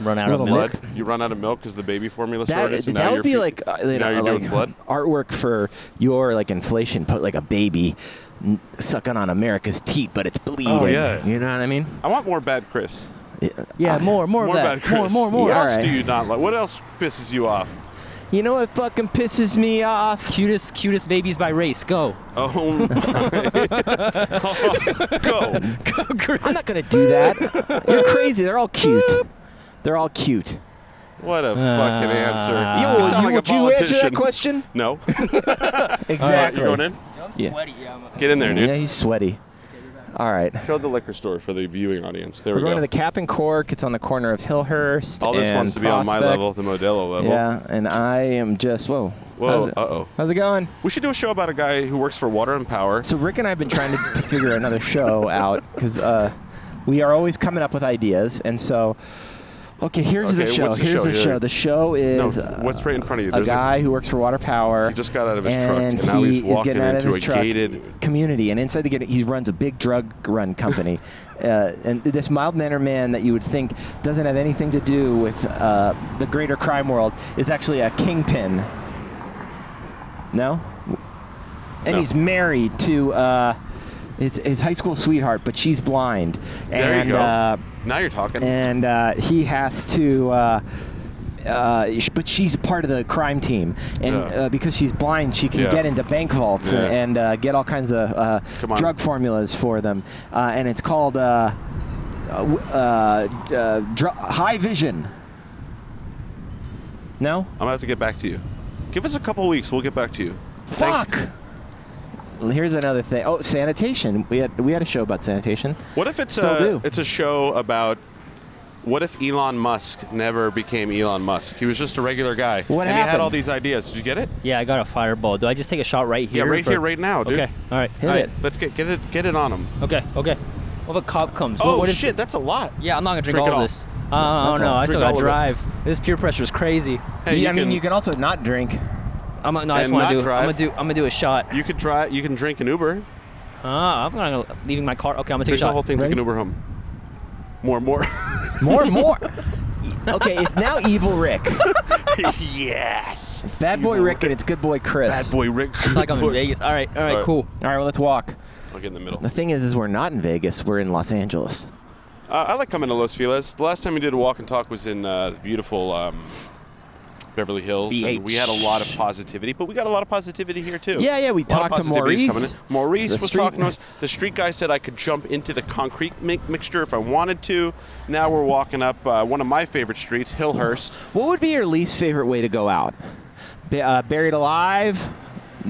[SPEAKER 2] run out of
[SPEAKER 8] Little
[SPEAKER 2] milk.
[SPEAKER 1] Blood. You run out of milk because the baby formula
[SPEAKER 3] That,
[SPEAKER 1] shortage. and now
[SPEAKER 3] that
[SPEAKER 1] you're
[SPEAKER 3] would be
[SPEAKER 1] fe-
[SPEAKER 3] like uh, you
[SPEAKER 1] now
[SPEAKER 3] know,
[SPEAKER 1] you're
[SPEAKER 3] like
[SPEAKER 1] doing blood.
[SPEAKER 3] artwork for your like inflation. Put like a baby n- sucking on America's teat, but it's bleeding.
[SPEAKER 1] Oh, yeah.
[SPEAKER 3] You know what I mean?
[SPEAKER 1] I want more bad Chris.
[SPEAKER 8] Yeah,
[SPEAKER 3] Uh,
[SPEAKER 8] more, more,
[SPEAKER 1] More bad
[SPEAKER 8] of that.
[SPEAKER 1] Chris.
[SPEAKER 8] More, more, more.
[SPEAKER 1] What
[SPEAKER 3] Yeah,
[SPEAKER 1] else
[SPEAKER 3] alright.
[SPEAKER 1] do you not like? What else pisses you off?
[SPEAKER 3] You know what fucking pisses me off?
[SPEAKER 2] Cutest, cutest babies by race. Go.
[SPEAKER 1] Oh, my- go.
[SPEAKER 3] I'm not gonna do that. You're crazy. They're all cute. They're all cute.
[SPEAKER 1] What a fucking answer.
[SPEAKER 3] Uh, You-
[SPEAKER 1] you Ah. sound like a
[SPEAKER 3] would you answer that
[SPEAKER 1] politician.
[SPEAKER 3] question?
[SPEAKER 1] No.
[SPEAKER 3] Exactly.
[SPEAKER 1] You're going in?
[SPEAKER 2] I'm
[SPEAKER 3] Yeah.
[SPEAKER 2] sweaty. Yeah, I'm,
[SPEAKER 1] Get in there, dude.
[SPEAKER 3] Yeah, he's sweaty. All right.
[SPEAKER 1] Show the liquor store for the viewing audience. There
[SPEAKER 3] We're
[SPEAKER 1] we
[SPEAKER 3] going
[SPEAKER 1] go.
[SPEAKER 3] to the Cap and Cork. It's on the corner of Hillhurst.
[SPEAKER 1] All this
[SPEAKER 3] and
[SPEAKER 1] wants to be on my
[SPEAKER 3] Prospect.
[SPEAKER 1] level, the Modelo level.
[SPEAKER 3] Yeah, and I am just whoa.
[SPEAKER 1] Whoa,
[SPEAKER 3] How's it,
[SPEAKER 1] uh-oh.
[SPEAKER 3] How's it going?
[SPEAKER 1] We should do a show about a guy who works for Water and Power.
[SPEAKER 3] So Rick and I have been trying to figure another show out because uh, we are always coming up with ideas, and so. Okay, here's the
[SPEAKER 1] Okay,
[SPEAKER 3] show.
[SPEAKER 1] what's the
[SPEAKER 3] Here's
[SPEAKER 1] show?
[SPEAKER 3] the
[SPEAKER 1] Yeah.
[SPEAKER 3] show. The show
[SPEAKER 1] no,
[SPEAKER 3] is uh,
[SPEAKER 1] what's right in front of you?
[SPEAKER 3] a
[SPEAKER 1] There's
[SPEAKER 3] guy who works for Water Power.
[SPEAKER 1] He just got out of his
[SPEAKER 3] and
[SPEAKER 1] truck, and now
[SPEAKER 3] he
[SPEAKER 1] he's walking
[SPEAKER 3] is getting out
[SPEAKER 1] into
[SPEAKER 3] of his
[SPEAKER 1] a
[SPEAKER 3] truck
[SPEAKER 1] gated-
[SPEAKER 3] community. And inside the gate, he runs a big drug run company. uh, and this mild mannered man that you would think doesn't have anything to do with uh, the greater crime world is actually a kingpin. No? And
[SPEAKER 1] No.
[SPEAKER 3] he's married to uh, his, his high school sweetheart, but she's blind.
[SPEAKER 1] there
[SPEAKER 3] and,
[SPEAKER 1] you go.
[SPEAKER 3] Uh,
[SPEAKER 1] now you're talking.
[SPEAKER 3] and uh, he has to. Uh, uh, sh- but she's part of the crime team, and
[SPEAKER 1] Yeah.
[SPEAKER 3] uh, because she's blind, she can
[SPEAKER 1] Yeah.
[SPEAKER 3] get into bank vaults
[SPEAKER 1] Yeah.
[SPEAKER 3] and, and uh, get all kinds of uh,
[SPEAKER 1] Come on.
[SPEAKER 3] drug formulas for them. Uh, and it's called uh, uh, w- uh, uh, dr- High Vision. No,
[SPEAKER 1] I'm gonna have to get back to you. Give us a couple weeks. We'll get back to you. Thank-
[SPEAKER 3] fuck. Here's another thing. Oh, sanitation. We had we had a show about sanitation.
[SPEAKER 1] What if it's
[SPEAKER 3] Still
[SPEAKER 1] a
[SPEAKER 3] do.
[SPEAKER 1] it's a show about what if Elon Musk never became Elon Musk? He was just a regular guy.
[SPEAKER 3] What
[SPEAKER 1] and he had
[SPEAKER 3] happened?
[SPEAKER 1] all these ideas. Did you get it?
[SPEAKER 2] yeah, I got a fireball. Do I just take a shot right
[SPEAKER 1] Yeah,
[SPEAKER 2] here?
[SPEAKER 1] right here, right now, dude.
[SPEAKER 2] Okay. All right.
[SPEAKER 3] Hit
[SPEAKER 2] all right.
[SPEAKER 3] it.
[SPEAKER 1] Let's get get it get it on him.
[SPEAKER 2] Okay. Okay. What if a cop comes?
[SPEAKER 1] Oh
[SPEAKER 2] what, what is
[SPEAKER 1] shit, that's a lot.
[SPEAKER 2] Yeah, I'm not gonna drink,
[SPEAKER 1] Drink it
[SPEAKER 2] all of
[SPEAKER 1] all.
[SPEAKER 2] this. Uh, oh
[SPEAKER 3] That's
[SPEAKER 2] no,
[SPEAKER 3] all.
[SPEAKER 2] I still
[SPEAKER 1] Drink all
[SPEAKER 2] gotta
[SPEAKER 1] of it.
[SPEAKER 2] drive. This peer pressure is crazy.
[SPEAKER 1] Hey,
[SPEAKER 3] You-
[SPEAKER 1] you
[SPEAKER 3] I
[SPEAKER 1] can,
[SPEAKER 3] mean, you can also not drink.
[SPEAKER 2] I'm not- no, I just
[SPEAKER 1] And
[SPEAKER 2] wanna
[SPEAKER 1] not
[SPEAKER 2] do.
[SPEAKER 1] drive.
[SPEAKER 2] I'm gonna do. I'm gonna do a shot.
[SPEAKER 1] you could try you can drink an Uber. Drink
[SPEAKER 2] Ah, I'm gonna leaving my car. Okay, I'm gonna take a
[SPEAKER 1] the
[SPEAKER 2] shot.
[SPEAKER 1] whole thing, take
[SPEAKER 3] Ready?
[SPEAKER 1] an Uber home. More, more.
[SPEAKER 3] More, more. okay, it's now Evil Rick.
[SPEAKER 1] yes.
[SPEAKER 3] Bad boy
[SPEAKER 1] Evil
[SPEAKER 3] Rick and it's good boy Chris.
[SPEAKER 1] Bad boy Rick.
[SPEAKER 2] It's like I'm in
[SPEAKER 1] Boy.
[SPEAKER 2] Vegas. All right. All right.
[SPEAKER 1] All right.
[SPEAKER 2] Cool.
[SPEAKER 3] All right, well, let's walk.
[SPEAKER 1] I'll get in the middle.
[SPEAKER 3] The thing is, is we're not in Vegas. We're in Los Angeles.
[SPEAKER 1] Uh, I like coming to Los Feliz. The last time we did a walk and talk was in uh, the beautiful um, Beverly Hills. And we had a lot of positivity, but we got a lot of positivity here too.
[SPEAKER 3] Yeah, yeah, we
[SPEAKER 1] A lot of
[SPEAKER 3] talked to
[SPEAKER 1] positivity is
[SPEAKER 3] Maurice.
[SPEAKER 1] coming in. Maurice
[SPEAKER 3] The
[SPEAKER 1] was
[SPEAKER 3] street-
[SPEAKER 1] talking to us. The street guy said I could jump into the concrete mi- mixture if I wanted to. Now we're walking up uh, one of my favorite streets, Hillhurst.
[SPEAKER 3] What would be your least favorite way to go out? Ba- uh, buried alive,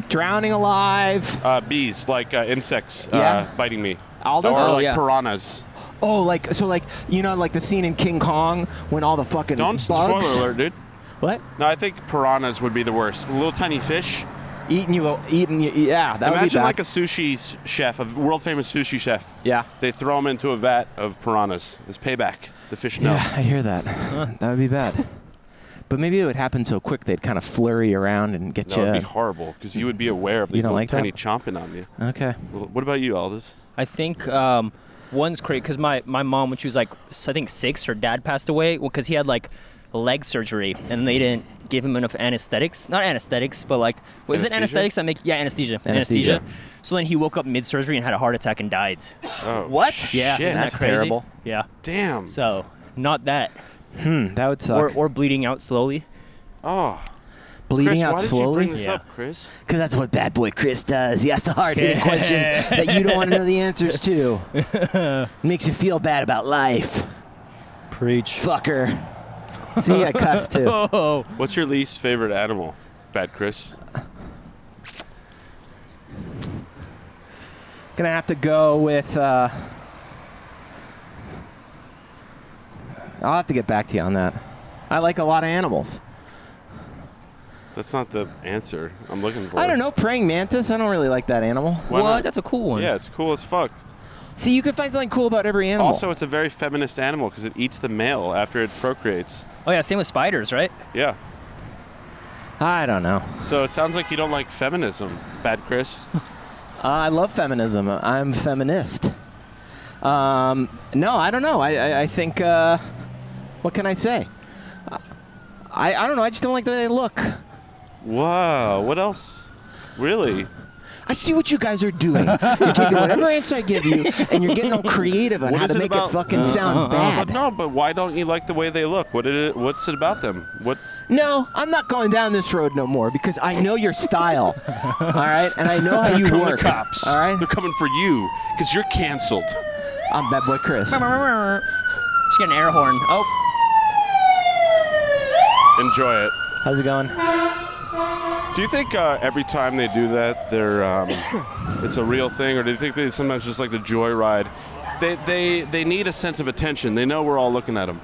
[SPEAKER 3] drowning alive.
[SPEAKER 1] Uh, bees, like uh, insects,
[SPEAKER 3] Yeah.
[SPEAKER 1] uh, biting me,
[SPEAKER 3] All those-
[SPEAKER 1] or
[SPEAKER 3] Oh,
[SPEAKER 1] like
[SPEAKER 2] yeah.
[SPEAKER 1] piranhas.
[SPEAKER 3] Oh, like so, like you know, like the scene in King Kong when all the fucking
[SPEAKER 1] Don't
[SPEAKER 3] bugs.
[SPEAKER 1] spoiler alert, dude.
[SPEAKER 3] What?
[SPEAKER 1] No, I think piranhas would be the worst. Little tiny fish.
[SPEAKER 3] Eating you, eating you. Yeah, that would be
[SPEAKER 1] Imagine
[SPEAKER 3] bad.
[SPEAKER 1] like a sushi s- chef, a world famous sushi chef.
[SPEAKER 3] Yeah.
[SPEAKER 1] They throw him into a vat of piranhas. It's payback. The fish know.
[SPEAKER 3] Yeah, I hear that. That would be bad. But maybe it would happen so quick they'd kind of flurry around and get
[SPEAKER 1] That
[SPEAKER 3] you.
[SPEAKER 1] would be horrible because you would be aware of the
[SPEAKER 3] You don't
[SPEAKER 1] little
[SPEAKER 3] like that?
[SPEAKER 1] tiny chomping on you.
[SPEAKER 3] Okay.
[SPEAKER 1] Well, What about you, Aldous?
[SPEAKER 2] I think um, one's crazy because my, my mom, when she was like, s- I think six, her dad passed away because he had like leg surgery and they didn't give him enough anesthetics. Not anesthetics, but like, was it
[SPEAKER 1] Anesthesia?
[SPEAKER 2] anesthetics that make, yeah, anesthesia.
[SPEAKER 3] Anesthesia.
[SPEAKER 2] So then he woke up mid surgery and had a heart attack and died.
[SPEAKER 1] Oh,
[SPEAKER 2] Yeah.
[SPEAKER 1] Shit.
[SPEAKER 2] isn't that
[SPEAKER 3] That's
[SPEAKER 2] crazy?
[SPEAKER 3] terrible.
[SPEAKER 2] Yeah.
[SPEAKER 1] Damn.
[SPEAKER 2] So, not that.
[SPEAKER 3] That would suck.
[SPEAKER 2] Or, or bleeding out slowly.
[SPEAKER 1] oh.
[SPEAKER 3] bleeding
[SPEAKER 1] Chris,
[SPEAKER 3] out
[SPEAKER 1] why
[SPEAKER 3] slowly.
[SPEAKER 1] did you bring this
[SPEAKER 2] Yeah.
[SPEAKER 1] up, Chris?
[SPEAKER 3] Because that's what bad boy Chris does. He asks the hard-hitting questions that you don't want to know the answers to. Makes you feel bad about life,
[SPEAKER 2] Preach.
[SPEAKER 3] fucker. See, I cuss too.
[SPEAKER 2] Oh,
[SPEAKER 1] What's your least favorite animal, Bad Chris?
[SPEAKER 3] Gonna have to go with. Uh, I'll have to get back to you on that. I like a lot of animals.
[SPEAKER 1] That's not the answer I'm looking for.
[SPEAKER 3] I don't know, praying mantis. I don't really like that animal.
[SPEAKER 1] Why
[SPEAKER 2] what?
[SPEAKER 1] not?
[SPEAKER 2] That's a cool one.
[SPEAKER 1] Yeah, it's cool as fuck.
[SPEAKER 3] See, you can find something cool about every animal.
[SPEAKER 1] Also, it's a very feminist animal because it eats the male after it procreates.
[SPEAKER 2] Oh, yeah. Same with spiders, right?
[SPEAKER 1] Yeah.
[SPEAKER 3] I don't know.
[SPEAKER 1] So it sounds like you don't like feminism, Bad Chris.
[SPEAKER 3] I love feminism. I'm feminist. Um, no, I don't know. I, I, I think uh, What can I say? I, I don't know. I just don't like the way they look.
[SPEAKER 1] Wow. What else? Really?
[SPEAKER 3] I see what you guys are doing. You're taking whatever answer I give you, and you're getting all creative on
[SPEAKER 1] What
[SPEAKER 3] how
[SPEAKER 1] is
[SPEAKER 3] to
[SPEAKER 1] it
[SPEAKER 3] make
[SPEAKER 1] about- Uh,
[SPEAKER 3] it fucking sound
[SPEAKER 1] Oh, But
[SPEAKER 3] bad.
[SPEAKER 1] no, but why don't you like the way they look? What is it, what's it about them? What?
[SPEAKER 3] No, I'm not going down this road no more because I know your style. all right, and I know how you
[SPEAKER 1] Come
[SPEAKER 3] work.
[SPEAKER 1] the cops.
[SPEAKER 3] All right,
[SPEAKER 1] They're coming for you because you're canceled.
[SPEAKER 3] I'm bad boy Chris.
[SPEAKER 2] Just get an air horn. Oh,
[SPEAKER 1] Enjoy it.
[SPEAKER 3] How's it going?
[SPEAKER 1] Do you think uh, every time they do that, they're um, it's a real thing, or do you think they sometimes just like the joyride? They they they need a sense of attention. They know we're all looking at them,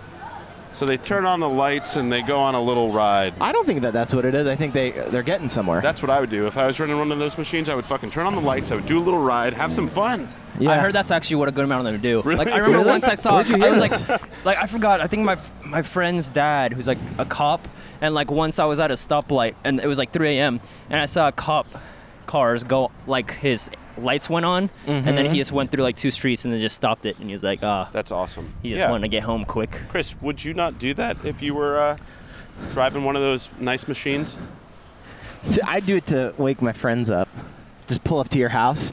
[SPEAKER 1] so they turn on the lights and they go on a little ride.
[SPEAKER 3] I don't think that that's what it is. I think they they're getting somewhere.
[SPEAKER 1] That's what I would do if I was running one of those machines. I would fucking turn on the lights. I would do a little ride, have some fun.
[SPEAKER 3] yeah.
[SPEAKER 2] I heard that's actually what a good amount of them do.
[SPEAKER 1] Really?
[SPEAKER 2] Like I remember
[SPEAKER 1] Really?
[SPEAKER 2] once I saw,
[SPEAKER 3] Where'd you
[SPEAKER 2] I
[SPEAKER 3] hear
[SPEAKER 2] was
[SPEAKER 3] this?
[SPEAKER 2] like, like I forgot. I think my my friend's dad, who's like a cop, and like once I was at a stoplight and it was like 3 a.m. and I saw a cop cars go like his lights went on and
[SPEAKER 3] Mm-hmm.
[SPEAKER 2] then he just went through like two streets and then just stopped it and he was like, ah,
[SPEAKER 1] That's awesome.
[SPEAKER 2] he just wanted to get home quick.
[SPEAKER 1] Chris, would you not do that if you were uh, driving one of those nice machines?
[SPEAKER 3] See, I do it to wake my friends up. Just pull up to your house,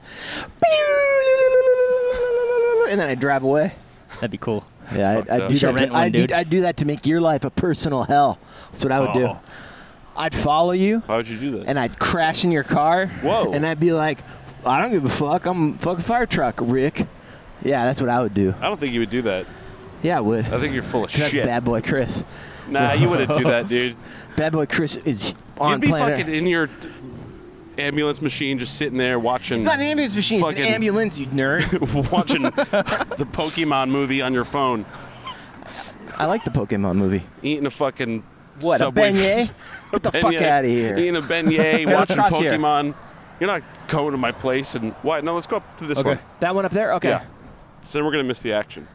[SPEAKER 3] and then I drive away.
[SPEAKER 2] That'd be cool.
[SPEAKER 3] Yeah,
[SPEAKER 1] fucked
[SPEAKER 3] I, I
[SPEAKER 1] up.
[SPEAKER 3] do
[SPEAKER 1] You should
[SPEAKER 3] that.
[SPEAKER 2] rent
[SPEAKER 3] To,
[SPEAKER 2] one,
[SPEAKER 3] I do,
[SPEAKER 2] dude.
[SPEAKER 3] I do that to make your life a personal hell. That's what I would do.
[SPEAKER 1] Oh.
[SPEAKER 3] I'd follow you,
[SPEAKER 1] Why would you do that?
[SPEAKER 3] and I'd crash in your car.
[SPEAKER 1] Whoa.
[SPEAKER 3] And I'd be like, I don't give a fuck. I'm a fucking fire truck, Rick. Yeah, that's what I would do.
[SPEAKER 1] I don't think you would do that.
[SPEAKER 3] Yeah, I would.
[SPEAKER 1] I think you're full of
[SPEAKER 3] Like
[SPEAKER 1] shit.
[SPEAKER 3] Bad boy Chris.
[SPEAKER 1] Nah, you wouldn't do that, dude.
[SPEAKER 3] Bad boy Chris is on
[SPEAKER 1] You'd be
[SPEAKER 3] planet.
[SPEAKER 1] fucking in your ambulance machine, just sitting there watching.
[SPEAKER 3] it's not an ambulance machine. It's an
[SPEAKER 1] fucking-
[SPEAKER 3] ambulance, you nerd.
[SPEAKER 1] watching the Pokemon movie on your phone,
[SPEAKER 3] I like the Pokemon movie.
[SPEAKER 1] eating a fucking
[SPEAKER 3] What, a
[SPEAKER 1] Subway-
[SPEAKER 3] beignet? Get the fuck
[SPEAKER 1] beignet,
[SPEAKER 3] out of here.
[SPEAKER 1] Eating a beignet,
[SPEAKER 3] Let's
[SPEAKER 1] watching
[SPEAKER 3] cross here.
[SPEAKER 1] Pokemon. You're not going to my place and why? No, let's go up to this one.
[SPEAKER 3] That one up there? Okay.
[SPEAKER 1] Yeah. So then we're gonna miss the action.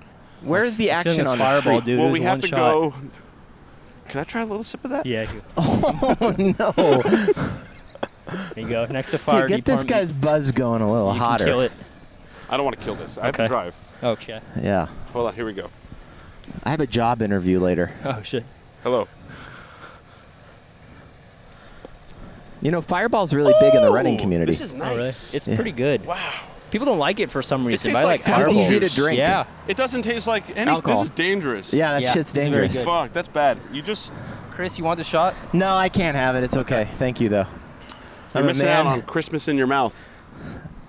[SPEAKER 3] Where is the
[SPEAKER 2] Feeling
[SPEAKER 3] action
[SPEAKER 2] this
[SPEAKER 3] on this?
[SPEAKER 2] fireball, dude.
[SPEAKER 1] well,
[SPEAKER 2] It
[SPEAKER 1] we
[SPEAKER 2] was
[SPEAKER 1] have
[SPEAKER 2] one
[SPEAKER 1] to
[SPEAKER 2] shot.
[SPEAKER 1] go. Can I try a little sip of that?
[SPEAKER 2] Yeah. Here
[SPEAKER 3] Oh no!
[SPEAKER 2] there you go. Next to
[SPEAKER 3] Yeah,
[SPEAKER 2] fire.
[SPEAKER 3] get this
[SPEAKER 2] department.
[SPEAKER 3] guy's buzz going a little
[SPEAKER 2] You
[SPEAKER 3] hotter.
[SPEAKER 2] Can kill it. Oh,
[SPEAKER 1] I don't want to kill this. I have to
[SPEAKER 2] Okay.
[SPEAKER 1] drive.
[SPEAKER 2] Okay.
[SPEAKER 3] Yeah.
[SPEAKER 1] Hold on. Here we go.
[SPEAKER 3] I have a job interview later.
[SPEAKER 2] Oh shit.
[SPEAKER 1] Hello.
[SPEAKER 3] You know, Fireball's really big in the running
[SPEAKER 1] Ooh,
[SPEAKER 3] community.
[SPEAKER 1] This is nice.
[SPEAKER 2] Oh, really? It's
[SPEAKER 3] Yeah.
[SPEAKER 2] pretty good.
[SPEAKER 1] wow.
[SPEAKER 2] People don't like it for some reason. but I
[SPEAKER 1] tastes
[SPEAKER 2] like
[SPEAKER 1] like apple
[SPEAKER 2] fireball.
[SPEAKER 3] It's easy to drink.
[SPEAKER 2] Yeah.
[SPEAKER 1] It doesn't taste like any.
[SPEAKER 3] Alcohol.
[SPEAKER 1] This is dangerous.
[SPEAKER 3] yeah, that
[SPEAKER 2] Yeah,
[SPEAKER 3] shit's
[SPEAKER 2] it's very
[SPEAKER 3] dangerous.
[SPEAKER 2] good.
[SPEAKER 1] Fuck, that's bad. You just
[SPEAKER 2] Chris, you want the shot?
[SPEAKER 3] No, I can't have it. It's okay. Thank you, though.
[SPEAKER 1] you're
[SPEAKER 3] I'm a
[SPEAKER 1] missing
[SPEAKER 3] man.
[SPEAKER 1] out on Christmas in your mouth.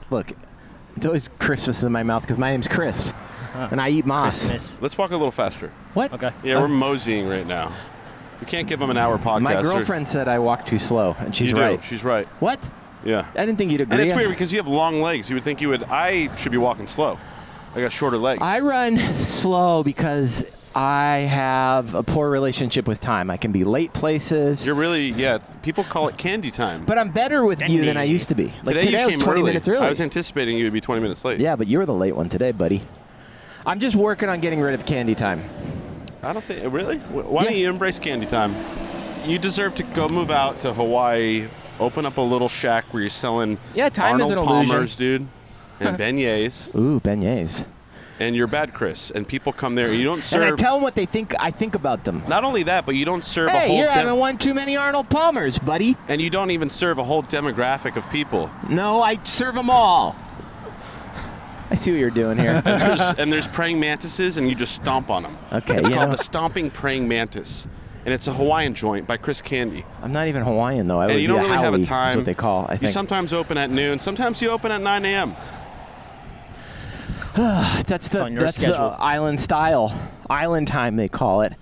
[SPEAKER 3] Look, it's always Christmas in my mouth because my name's Chris, and I eat moss.
[SPEAKER 2] Miss.
[SPEAKER 1] Let's walk a little faster.
[SPEAKER 3] What?
[SPEAKER 2] Okay.
[SPEAKER 1] Yeah, we're moseying right now. We can't give them an hour podcast.
[SPEAKER 3] Uh, My
[SPEAKER 1] They're-
[SPEAKER 3] girlfriend said I walk too slow, and she's
[SPEAKER 1] you do.
[SPEAKER 3] right.
[SPEAKER 1] She's right.
[SPEAKER 3] What?
[SPEAKER 1] Yeah.
[SPEAKER 3] I didn't think you'd agree.
[SPEAKER 1] And it's weird because you have long legs. You would think you would. I should be walking slow. I got shorter legs.
[SPEAKER 3] I run slow because I have a poor relationship with time. I can be late places.
[SPEAKER 1] You're really yeah. it's- People call it candy time.
[SPEAKER 3] But I'm better with you than I
[SPEAKER 2] Dandy.
[SPEAKER 3] used to be. Like today,
[SPEAKER 1] you
[SPEAKER 3] I was
[SPEAKER 1] came
[SPEAKER 3] 20
[SPEAKER 1] early.
[SPEAKER 3] minutes early.
[SPEAKER 1] I was anticipating you would be 20 minutes late.
[SPEAKER 3] yeah, but you were the late one today, buddy. I'm just working on getting rid of candy time.
[SPEAKER 1] I don't think really. Wh- Why
[SPEAKER 3] Yeah.
[SPEAKER 1] don't you embrace candy time? You deserve to go move out to Hawaii, open up a little shack where you're selling
[SPEAKER 3] Yeah, time is
[SPEAKER 1] Arnold
[SPEAKER 3] an illusion.
[SPEAKER 1] Palmer's, dude, and beignets,
[SPEAKER 3] Ooh, beignets.
[SPEAKER 1] and you're bad, Chris. And people come there. You don't
[SPEAKER 3] And I
[SPEAKER 1] serve.
[SPEAKER 3] tell them what they think I think about them.
[SPEAKER 1] not only that, but you don't serve a
[SPEAKER 3] Hey,
[SPEAKER 1] whole.
[SPEAKER 3] you're
[SPEAKER 1] dem-
[SPEAKER 3] having one too many Arnold Palmers, buddy.
[SPEAKER 1] and you don't even serve a whole demographic of people.
[SPEAKER 3] No, I serve them all. I see what you're doing here.
[SPEAKER 1] There's- and there's praying mantises, and you just stomp on them.
[SPEAKER 3] Okay,
[SPEAKER 1] it's
[SPEAKER 3] you
[SPEAKER 1] called
[SPEAKER 3] know-
[SPEAKER 1] the stomping praying mantis, and it's a Hawaiian joint by Chris Candy.
[SPEAKER 3] I'm not even Hawaiian though. I would
[SPEAKER 1] and you
[SPEAKER 3] be
[SPEAKER 1] don't
[SPEAKER 3] a
[SPEAKER 1] really have
[SPEAKER 3] Howley,
[SPEAKER 1] a
[SPEAKER 3] is
[SPEAKER 1] time.
[SPEAKER 3] what they call. I
[SPEAKER 1] You
[SPEAKER 3] think
[SPEAKER 1] sometimes open at noon. Sometimes you open at 9 a.m.
[SPEAKER 3] that's the
[SPEAKER 2] on your
[SPEAKER 3] that's
[SPEAKER 2] schedule.
[SPEAKER 3] the island style, island time they call it.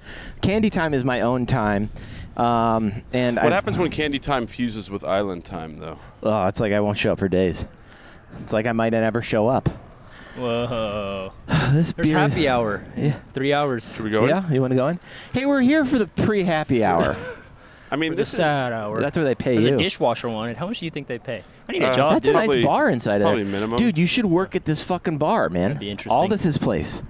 [SPEAKER 3] Candy time is my own time, um, and
[SPEAKER 1] What
[SPEAKER 3] I,
[SPEAKER 1] happens when candy time fuses with island time, though?
[SPEAKER 3] Oh, it's like I won't show up for days. It's like I might never show up.
[SPEAKER 2] Whoa.
[SPEAKER 3] This
[SPEAKER 2] There's
[SPEAKER 3] beer-
[SPEAKER 2] happy hour.
[SPEAKER 3] Yeah.
[SPEAKER 2] Three hours.
[SPEAKER 1] Should we go? in?
[SPEAKER 3] Yeah, you want to go in? Hey, we're here for the pre-happy hour.
[SPEAKER 1] I mean,
[SPEAKER 2] The
[SPEAKER 1] this is
[SPEAKER 2] sad hour.
[SPEAKER 3] That's where they pay
[SPEAKER 2] There's
[SPEAKER 3] you.
[SPEAKER 2] a dishwasher wanted. How much do you think they pay? I need a
[SPEAKER 1] Uh,
[SPEAKER 2] job,
[SPEAKER 3] That's
[SPEAKER 2] dude.
[SPEAKER 3] a
[SPEAKER 1] Probably-
[SPEAKER 3] nice bar inside
[SPEAKER 1] it's
[SPEAKER 3] of
[SPEAKER 1] probably
[SPEAKER 3] there.
[SPEAKER 1] minimum.
[SPEAKER 3] Dude, you should work at this fucking bar, man.
[SPEAKER 2] That'd be
[SPEAKER 3] All
[SPEAKER 2] interesting.
[SPEAKER 3] this is place.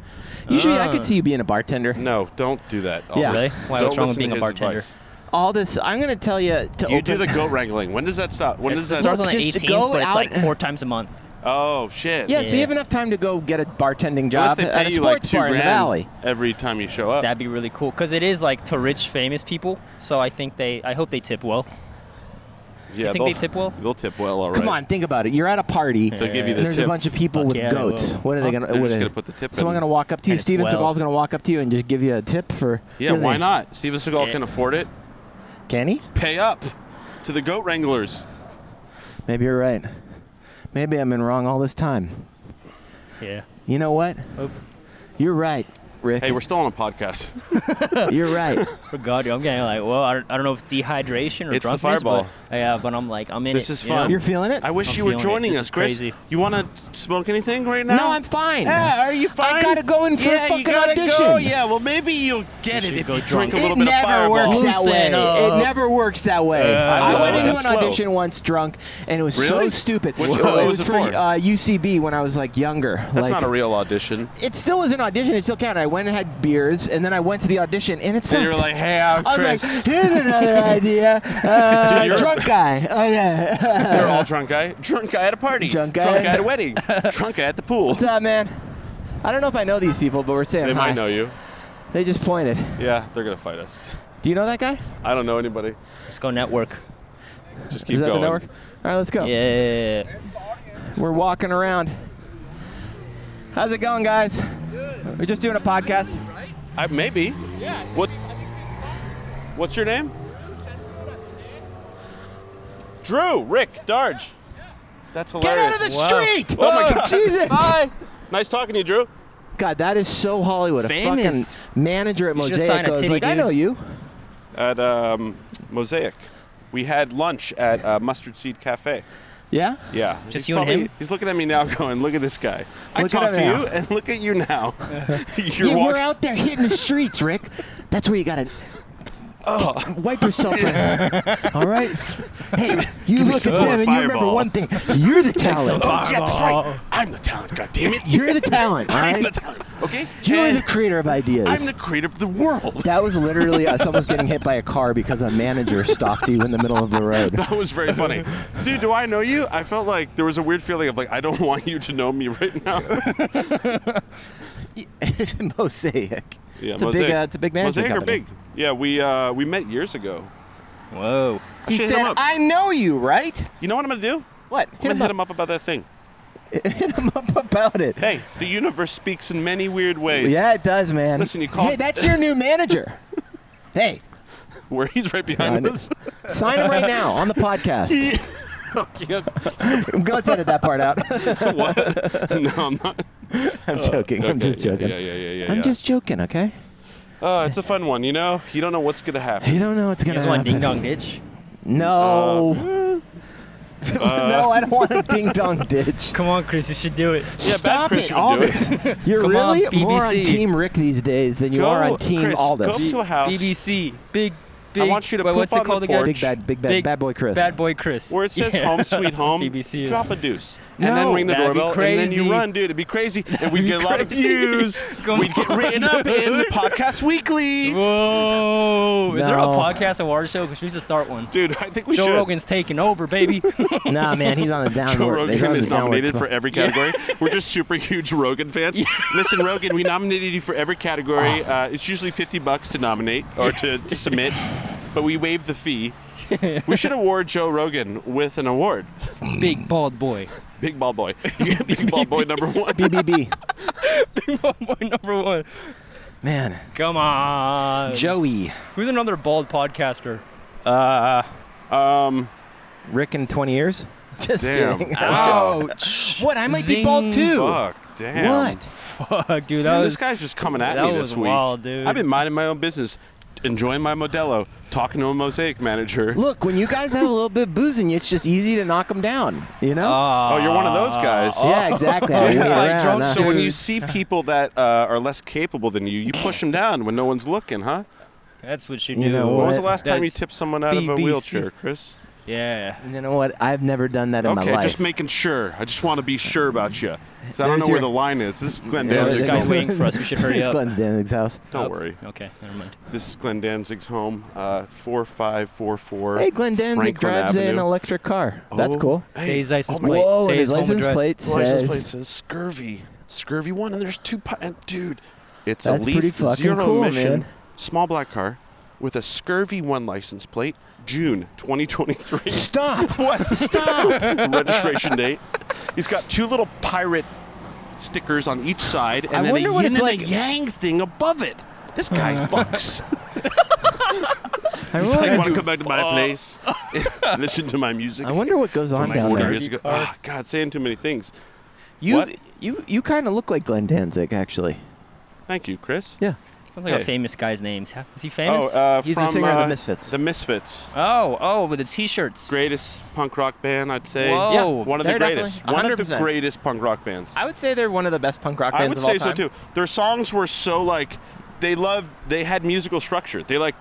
[SPEAKER 3] You should. Be, I
[SPEAKER 2] Ah.
[SPEAKER 1] Uh.
[SPEAKER 3] could see you being a bartender.
[SPEAKER 1] no. Don't do that.
[SPEAKER 3] Yeah.
[SPEAKER 1] Aldous.
[SPEAKER 2] Really? Why,
[SPEAKER 1] Don't
[SPEAKER 2] what's wrong with
[SPEAKER 1] listen
[SPEAKER 2] being
[SPEAKER 1] to
[SPEAKER 2] a
[SPEAKER 1] his
[SPEAKER 2] bartender?
[SPEAKER 1] advice.
[SPEAKER 3] All this. I'm gonna tell you to
[SPEAKER 1] You
[SPEAKER 3] open.
[SPEAKER 1] do the goat wrangling. When does that stop? When
[SPEAKER 2] It
[SPEAKER 1] does that
[SPEAKER 2] starts on
[SPEAKER 3] Look,
[SPEAKER 2] the
[SPEAKER 3] just
[SPEAKER 2] 18th,
[SPEAKER 3] go
[SPEAKER 2] but it's
[SPEAKER 3] out-
[SPEAKER 2] like four times a month.
[SPEAKER 1] Oh shit.
[SPEAKER 3] Yeah, so you
[SPEAKER 2] Yeah.
[SPEAKER 3] have enough time to go get a bartending
[SPEAKER 1] Unless
[SPEAKER 3] job
[SPEAKER 1] they
[SPEAKER 3] at
[SPEAKER 1] pay
[SPEAKER 3] a
[SPEAKER 1] you like
[SPEAKER 3] sports
[SPEAKER 1] two
[SPEAKER 3] bar in
[SPEAKER 1] grand
[SPEAKER 3] the valley.
[SPEAKER 1] every time you show up.
[SPEAKER 2] That'd be really cool because it is like to rich famous people. So I think they, I hope they tip well.
[SPEAKER 1] yeah,
[SPEAKER 2] you think they
[SPEAKER 1] they'll-
[SPEAKER 2] tip well?
[SPEAKER 1] They'll tip well, all right.
[SPEAKER 3] Come on, think about it. You're at a party.
[SPEAKER 1] They'll give you
[SPEAKER 3] and
[SPEAKER 1] the
[SPEAKER 3] there's
[SPEAKER 1] tip.
[SPEAKER 3] a bunch of people
[SPEAKER 2] Fuck
[SPEAKER 3] with
[SPEAKER 2] yeah, they
[SPEAKER 3] goats.
[SPEAKER 2] will.
[SPEAKER 3] What are they gonna?
[SPEAKER 1] They're
[SPEAKER 3] what
[SPEAKER 1] just
[SPEAKER 3] are
[SPEAKER 1] gonna
[SPEAKER 3] they-
[SPEAKER 1] put the tip in.
[SPEAKER 3] Someone gonna walk up to you.
[SPEAKER 2] And it's
[SPEAKER 3] Steven
[SPEAKER 2] well.
[SPEAKER 3] Seagal's gonna walk up to you and just give you a tip for.
[SPEAKER 1] Yeah,
[SPEAKER 3] what do
[SPEAKER 1] why
[SPEAKER 3] they-
[SPEAKER 1] not? Steven Seagal can afford it.
[SPEAKER 3] Can he?
[SPEAKER 1] Pay up to the goat wranglers.
[SPEAKER 3] Maybe you're right. Maybe I've been wrong all this time.
[SPEAKER 2] Yeah.
[SPEAKER 3] You know what?
[SPEAKER 2] Oh.
[SPEAKER 3] You're right, Rick.
[SPEAKER 1] Hey, we're still on a podcast.
[SPEAKER 3] You're right.
[SPEAKER 2] For God, I'm getting like, well, I don't, I don't know if it's dehydration or
[SPEAKER 1] It's the
[SPEAKER 2] drunkenness,
[SPEAKER 1] fireball.
[SPEAKER 2] But, yeah, but I'm like, I'm in
[SPEAKER 1] This
[SPEAKER 2] it,
[SPEAKER 1] is
[SPEAKER 2] you know?
[SPEAKER 1] fun.
[SPEAKER 3] You're feeling it?
[SPEAKER 1] I wish
[SPEAKER 2] I'm
[SPEAKER 1] you were
[SPEAKER 2] feeling it.
[SPEAKER 1] joining
[SPEAKER 2] This
[SPEAKER 1] us,
[SPEAKER 2] is
[SPEAKER 1] Chris.
[SPEAKER 2] crazy.
[SPEAKER 1] You want to smoke anything right now?
[SPEAKER 3] no, I'm fine.
[SPEAKER 1] Yeah, are you fine?
[SPEAKER 3] I gotta go in for a
[SPEAKER 1] yeah, you
[SPEAKER 3] fucking
[SPEAKER 1] gotta Go.
[SPEAKER 3] audition.
[SPEAKER 1] Yeah, well, maybe you'll get
[SPEAKER 2] You
[SPEAKER 1] it
[SPEAKER 2] should
[SPEAKER 1] if
[SPEAKER 2] go
[SPEAKER 1] you
[SPEAKER 2] drunk.
[SPEAKER 1] drink a little
[SPEAKER 3] it
[SPEAKER 1] bit of
[SPEAKER 3] never
[SPEAKER 1] fireball.
[SPEAKER 3] works that
[SPEAKER 2] Loosen
[SPEAKER 3] way.
[SPEAKER 2] up.
[SPEAKER 3] It never works that way.
[SPEAKER 2] Uh,
[SPEAKER 3] I went
[SPEAKER 1] no,
[SPEAKER 3] into
[SPEAKER 1] that's
[SPEAKER 3] an
[SPEAKER 1] slow.
[SPEAKER 3] audition once drunk, and it was
[SPEAKER 1] Really?
[SPEAKER 3] so stupid.
[SPEAKER 1] Which-
[SPEAKER 3] it,
[SPEAKER 1] what was
[SPEAKER 3] was
[SPEAKER 1] it
[SPEAKER 3] for
[SPEAKER 1] for?
[SPEAKER 3] uh, UCB when I was like younger.
[SPEAKER 1] That's
[SPEAKER 3] like,
[SPEAKER 1] not a real audition.
[SPEAKER 3] It still was an audition. It still counted. I went and had beers, and then I went to the audition, and it's
[SPEAKER 1] And you're like, hey, I'm
[SPEAKER 3] I was
[SPEAKER 1] Chris.
[SPEAKER 3] like, here's another idea. Uh,
[SPEAKER 1] Dude, you're-
[SPEAKER 3] drunk guy. Oh yeah.
[SPEAKER 1] They're all drunk guy. Drunk guy at a party.
[SPEAKER 3] Drunk guy.
[SPEAKER 1] Drunk guy at a wedding. drunk guy at the pool.
[SPEAKER 3] What's up, man? I don't know if I know these people, but we're saying
[SPEAKER 1] They
[SPEAKER 3] hi.
[SPEAKER 1] might know you.
[SPEAKER 3] They just pointed.
[SPEAKER 1] Yeah, they're gonna fight us.
[SPEAKER 3] Do you know that guy?
[SPEAKER 1] I don't know anybody.
[SPEAKER 2] Let's go network.
[SPEAKER 1] Just keep
[SPEAKER 3] Is that
[SPEAKER 1] going.
[SPEAKER 3] the network? All right, let's go.
[SPEAKER 2] Yeah.
[SPEAKER 3] We're walking around. How's it going, guys? We're just doing a podcast.
[SPEAKER 1] I, maybe. Yeah. What? What's your name? Drew, Rick, Darge. That's
[SPEAKER 3] Get
[SPEAKER 1] hilarious.
[SPEAKER 3] out of the
[SPEAKER 2] Wow.
[SPEAKER 3] street!
[SPEAKER 1] Oh my God.
[SPEAKER 3] Jesus!
[SPEAKER 1] Nice talking to you, Drew.
[SPEAKER 3] God, that is so Hollywood.
[SPEAKER 2] Famous.
[SPEAKER 3] A fucking manager at
[SPEAKER 2] You should
[SPEAKER 3] Mosaic
[SPEAKER 2] sign a
[SPEAKER 3] goes
[SPEAKER 2] titty,
[SPEAKER 3] like, "I
[SPEAKER 2] dude."
[SPEAKER 3] know you."
[SPEAKER 1] At um, Mosaic, we had lunch at uh, Mustard Seed Cafe.
[SPEAKER 3] Yeah.
[SPEAKER 1] Yeah.
[SPEAKER 2] Just
[SPEAKER 1] he's
[SPEAKER 2] you and him?
[SPEAKER 1] He's looking at me now, going, "Look at this guy. I
[SPEAKER 3] Look at
[SPEAKER 1] talked to
[SPEAKER 3] him
[SPEAKER 1] you,
[SPEAKER 3] now."
[SPEAKER 1] and look at you now. You're
[SPEAKER 3] Yeah, we're
[SPEAKER 1] walking.
[SPEAKER 3] out there hitting the streets, Rick. That's where you gotta
[SPEAKER 1] Oh.
[SPEAKER 3] wipe yourself. out. All right. Hey, you
[SPEAKER 1] me
[SPEAKER 3] look
[SPEAKER 1] some
[SPEAKER 3] at
[SPEAKER 1] more
[SPEAKER 3] them and you remember
[SPEAKER 1] Fireball.
[SPEAKER 3] one thing: you're the talent.
[SPEAKER 1] Oh, yeah, that's right. I'm the talent. God damn it.
[SPEAKER 3] You're the talent. All
[SPEAKER 1] I'm
[SPEAKER 3] right.
[SPEAKER 1] the talent. Okay.
[SPEAKER 3] You're
[SPEAKER 1] And
[SPEAKER 3] the creator of ideas.
[SPEAKER 1] I'm the creator of the world.
[SPEAKER 3] That was literally uh, someone's getting hit by a car because a manager stopped you in the middle of the road.
[SPEAKER 1] That was very funny. Dude, do I know you? I felt like there was a weird feeling of like, I don't want you to know me right now.
[SPEAKER 3] it's a mosaic.
[SPEAKER 1] Yeah,
[SPEAKER 3] it's, a big, uh, it's a big management
[SPEAKER 1] Mosaic are
[SPEAKER 3] company.
[SPEAKER 1] big. Yeah, we uh, we met years ago.
[SPEAKER 2] Whoa.
[SPEAKER 3] He
[SPEAKER 1] Shit, hit him
[SPEAKER 3] said,
[SPEAKER 1] up.
[SPEAKER 3] "I know you, right?
[SPEAKER 1] You know what I'm gonna do?
[SPEAKER 3] What?
[SPEAKER 1] I'm gonna hit him up about that thing.
[SPEAKER 3] Hit him up about it."
[SPEAKER 1] Hey, the universe speaks in many weird ways.
[SPEAKER 3] Yeah, it does, man.
[SPEAKER 1] Listen, you call-
[SPEAKER 3] Hey, that's your new manager. hey,
[SPEAKER 1] Where he's right
[SPEAKER 3] I
[SPEAKER 1] behind
[SPEAKER 3] know.
[SPEAKER 1] us.
[SPEAKER 3] sign him right now on the podcast.
[SPEAKER 1] Yeah.
[SPEAKER 3] Go and edit that part out.
[SPEAKER 1] what? No, I'm not.
[SPEAKER 3] I'm joking. I'm
[SPEAKER 1] Okay,
[SPEAKER 3] just
[SPEAKER 1] yeah,
[SPEAKER 3] joking.
[SPEAKER 1] Yeah, yeah, yeah, yeah.
[SPEAKER 3] I'm
[SPEAKER 1] yeah.
[SPEAKER 3] just joking, okay?
[SPEAKER 1] Uh, it's a fun one, you know. You don't know what's gonna happen.
[SPEAKER 3] You don't know what's
[SPEAKER 2] You
[SPEAKER 3] gonna
[SPEAKER 2] guys want
[SPEAKER 3] happen.
[SPEAKER 2] Ding Dong Ditch?
[SPEAKER 3] No.
[SPEAKER 1] Uh,
[SPEAKER 3] no, I don't want a ding dong ditch.
[SPEAKER 2] Come on, Chris, you should do it.
[SPEAKER 1] Yeah, bad
[SPEAKER 3] Stop
[SPEAKER 1] Chris
[SPEAKER 3] it,
[SPEAKER 1] would do
[SPEAKER 3] Aldis. You're
[SPEAKER 2] Come on,
[SPEAKER 3] really more on
[SPEAKER 2] BBC.
[SPEAKER 3] Team Rick these days than you
[SPEAKER 1] Go,
[SPEAKER 3] are on Team
[SPEAKER 1] Chris,
[SPEAKER 3] Aldis.
[SPEAKER 1] come to a house
[SPEAKER 2] BBC. Big, big.
[SPEAKER 1] I want you to
[SPEAKER 2] wait,
[SPEAKER 1] poop
[SPEAKER 2] what's
[SPEAKER 1] on
[SPEAKER 2] it called
[SPEAKER 1] the
[SPEAKER 2] again?
[SPEAKER 1] porch.
[SPEAKER 3] Big bad, big bad,
[SPEAKER 2] Big-
[SPEAKER 3] bad boy Chris.
[SPEAKER 2] Bad boy Chris.
[SPEAKER 1] where it says
[SPEAKER 2] Yeah,
[SPEAKER 1] home sweet
[SPEAKER 2] that's what
[SPEAKER 1] home,
[SPEAKER 2] BBC is.
[SPEAKER 1] drop a deuce.
[SPEAKER 3] No,
[SPEAKER 1] and then ring the
[SPEAKER 2] that'd be
[SPEAKER 1] doorbell and then you
[SPEAKER 2] crazy.
[SPEAKER 1] run, dude. It'd be crazy. And we'd
[SPEAKER 2] be
[SPEAKER 1] get a lot of
[SPEAKER 2] crazy.
[SPEAKER 1] views.
[SPEAKER 2] Come
[SPEAKER 1] we'd get
[SPEAKER 2] on,
[SPEAKER 1] written up in the
[SPEAKER 2] dude.
[SPEAKER 1] podcast weekly.
[SPEAKER 2] Whoa! Is there a
[SPEAKER 3] No.
[SPEAKER 2] podcast award show? Because we should start one.
[SPEAKER 1] Dude, I think we
[SPEAKER 2] Joe
[SPEAKER 1] should.
[SPEAKER 2] Rogan's taking over, baby.
[SPEAKER 3] Nah, man, he's on a downward.
[SPEAKER 1] Joe
[SPEAKER 3] he's on
[SPEAKER 1] Rogan
[SPEAKER 3] a
[SPEAKER 1] is
[SPEAKER 3] downward
[SPEAKER 1] nominated
[SPEAKER 3] spiral.
[SPEAKER 1] for every category. We're just super huge Rogan fans. Listen, Rogan, we nominated you for every category. Uh, it's usually 50 bucks to nominate or to, to submit, but we waive the fee. We should award Joe Rogan with an award.
[SPEAKER 2] big bald boy.
[SPEAKER 1] Big Ball Boy. You get Big Ball Boy number one.
[SPEAKER 3] BBB.
[SPEAKER 2] Big bald boy number one.
[SPEAKER 3] Man,
[SPEAKER 2] Come on.
[SPEAKER 3] Joey,
[SPEAKER 2] Who's another bald podcaster?
[SPEAKER 1] Um,
[SPEAKER 3] Rick in 20 years. Just
[SPEAKER 1] Damn.
[SPEAKER 3] kidding.
[SPEAKER 2] Oh, Ouch.
[SPEAKER 3] What? I might be bald too.
[SPEAKER 1] fuck, damn.
[SPEAKER 3] What?
[SPEAKER 2] Fuck, dude.
[SPEAKER 1] Man,
[SPEAKER 2] That
[SPEAKER 1] this
[SPEAKER 2] was.
[SPEAKER 1] guy's just coming at
[SPEAKER 2] that
[SPEAKER 1] me this
[SPEAKER 2] was
[SPEAKER 1] week.
[SPEAKER 2] wild, dude.
[SPEAKER 1] I've been minding my own business, enjoying my Modelo, talking to a Mosaic manager.
[SPEAKER 3] Look, when you guys have a little bit of booze in you, it's just easy to knock them down. You know?
[SPEAKER 2] Uh, Ah,
[SPEAKER 1] oh, you're one of those guys.
[SPEAKER 2] oh,
[SPEAKER 3] yeah, exactly. I
[SPEAKER 2] Yeah,
[SPEAKER 3] wheel
[SPEAKER 2] like
[SPEAKER 3] around,
[SPEAKER 2] drunk
[SPEAKER 3] huh?
[SPEAKER 1] So when you
[SPEAKER 2] Dude.
[SPEAKER 1] see people that uh, are less capable than you, you push them down when no one's looking, huh?
[SPEAKER 2] That's what you do.
[SPEAKER 3] You know
[SPEAKER 1] When was the
[SPEAKER 3] What?
[SPEAKER 1] last time you
[SPEAKER 2] That's
[SPEAKER 1] tipped someone out of a
[SPEAKER 2] BBC.
[SPEAKER 1] wheelchair, Chris?
[SPEAKER 2] Yeah.
[SPEAKER 3] You know what? I've never done that in my
[SPEAKER 1] Okay,
[SPEAKER 3] life.
[SPEAKER 1] just making sure. I just want to be sure about you. Because I
[SPEAKER 3] There's
[SPEAKER 1] don't know where
[SPEAKER 3] your-
[SPEAKER 1] the line is. This is Glenn
[SPEAKER 3] Yeah,
[SPEAKER 2] this
[SPEAKER 1] Danzig's
[SPEAKER 2] guy's
[SPEAKER 1] home.
[SPEAKER 2] waiting for us. We should hurry
[SPEAKER 3] it's
[SPEAKER 2] up.
[SPEAKER 3] Glenn's Danzig's house.
[SPEAKER 1] Don't
[SPEAKER 2] Oh,
[SPEAKER 1] worry.
[SPEAKER 2] Okay, never mind.
[SPEAKER 1] This is Glenn Danzig's home, uh, 4544.
[SPEAKER 3] Hey, Glenn Danzig
[SPEAKER 1] Franklin
[SPEAKER 3] drives
[SPEAKER 1] Avenue.
[SPEAKER 3] an electric car. That's
[SPEAKER 1] Oh,
[SPEAKER 3] cool.
[SPEAKER 1] hey,
[SPEAKER 2] Say his license
[SPEAKER 1] oh my-
[SPEAKER 2] plate.
[SPEAKER 3] Whoa,
[SPEAKER 2] Say
[SPEAKER 3] and his
[SPEAKER 2] home
[SPEAKER 3] license
[SPEAKER 2] address.
[SPEAKER 3] plate
[SPEAKER 1] License
[SPEAKER 3] says
[SPEAKER 1] plate says scurvy. Scurvy one, and there's two. Pi- and dude, it's
[SPEAKER 3] That's
[SPEAKER 1] a
[SPEAKER 3] pretty
[SPEAKER 1] Leaf
[SPEAKER 3] fucking
[SPEAKER 1] zero
[SPEAKER 3] cool,
[SPEAKER 1] emission,
[SPEAKER 3] man.
[SPEAKER 1] small black car, with a scurvy one license plate, June 2023.
[SPEAKER 3] Stop!
[SPEAKER 1] what?
[SPEAKER 3] Stop!
[SPEAKER 1] Registration date. He's got two little pirate stickers on each side, and
[SPEAKER 3] I
[SPEAKER 1] then
[SPEAKER 3] wonder
[SPEAKER 1] a
[SPEAKER 3] what
[SPEAKER 1] yin
[SPEAKER 3] it's
[SPEAKER 1] and a
[SPEAKER 3] like-
[SPEAKER 1] yang thing above it. This guy fucks.
[SPEAKER 3] I
[SPEAKER 1] He's like,
[SPEAKER 3] wonder,
[SPEAKER 1] want to come back to my place, listen to my music.
[SPEAKER 3] I wonder what goes on
[SPEAKER 1] from
[SPEAKER 3] down
[SPEAKER 1] 40
[SPEAKER 3] there.
[SPEAKER 1] years ago. Ah, God, saying too many things.
[SPEAKER 3] You
[SPEAKER 1] What?
[SPEAKER 3] you you kind of look like Glenn Danzig, actually.
[SPEAKER 1] Thank you, Chris.
[SPEAKER 3] Yeah.
[SPEAKER 2] Sounds like
[SPEAKER 1] Hey.
[SPEAKER 2] a famous guy's name. Huh? Is he
[SPEAKER 1] Oh,
[SPEAKER 2] famous?
[SPEAKER 1] uh,
[SPEAKER 3] He's the
[SPEAKER 1] from,
[SPEAKER 3] singer of The
[SPEAKER 1] uh,
[SPEAKER 3] Misfits.
[SPEAKER 1] The Misfits,
[SPEAKER 2] oh, oh, with the t-shirts.
[SPEAKER 1] greatest punk rock band, I'd say.
[SPEAKER 2] Whoa.
[SPEAKER 3] Yeah,
[SPEAKER 1] One of the
[SPEAKER 3] they're definitely-
[SPEAKER 1] greatest. One of the
[SPEAKER 3] 100%.
[SPEAKER 1] greatest punk rock bands.
[SPEAKER 3] I would say they're one of the best punk rock bands
[SPEAKER 1] I would
[SPEAKER 3] of all
[SPEAKER 1] say so
[SPEAKER 3] time.
[SPEAKER 1] too. Their songs were so like they loved. They had musical structure. They like.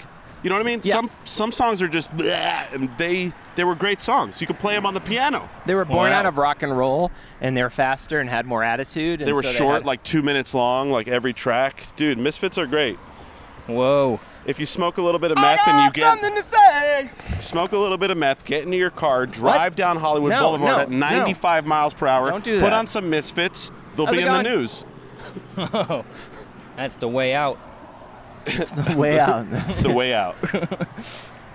[SPEAKER 1] You know what I mean?
[SPEAKER 3] Yeah.
[SPEAKER 1] Some some songs are just bleh, and they they were great songs. You could play them on the piano.
[SPEAKER 3] They were born
[SPEAKER 2] Wow.
[SPEAKER 3] out of rock and roll, and they were faster and had more attitude. And
[SPEAKER 1] They were
[SPEAKER 3] so
[SPEAKER 1] short,
[SPEAKER 3] had-
[SPEAKER 1] like two minutes long, like every track. Dude, Misfits are great.
[SPEAKER 2] Whoa.
[SPEAKER 1] If you smoke a little bit of meth and you get
[SPEAKER 3] to say.
[SPEAKER 1] smoke a little bit of meth, get into your car, drive down Hollywood
[SPEAKER 3] No,
[SPEAKER 1] Boulevard
[SPEAKER 3] no,
[SPEAKER 1] at 95 miles per hour,
[SPEAKER 3] Don't do
[SPEAKER 1] put
[SPEAKER 3] that.
[SPEAKER 1] on some Misfits, they'll
[SPEAKER 3] How's
[SPEAKER 1] be
[SPEAKER 3] it
[SPEAKER 1] in the
[SPEAKER 3] going?
[SPEAKER 1] news.
[SPEAKER 2] That's the way out.
[SPEAKER 3] Way out.
[SPEAKER 1] It's the way out.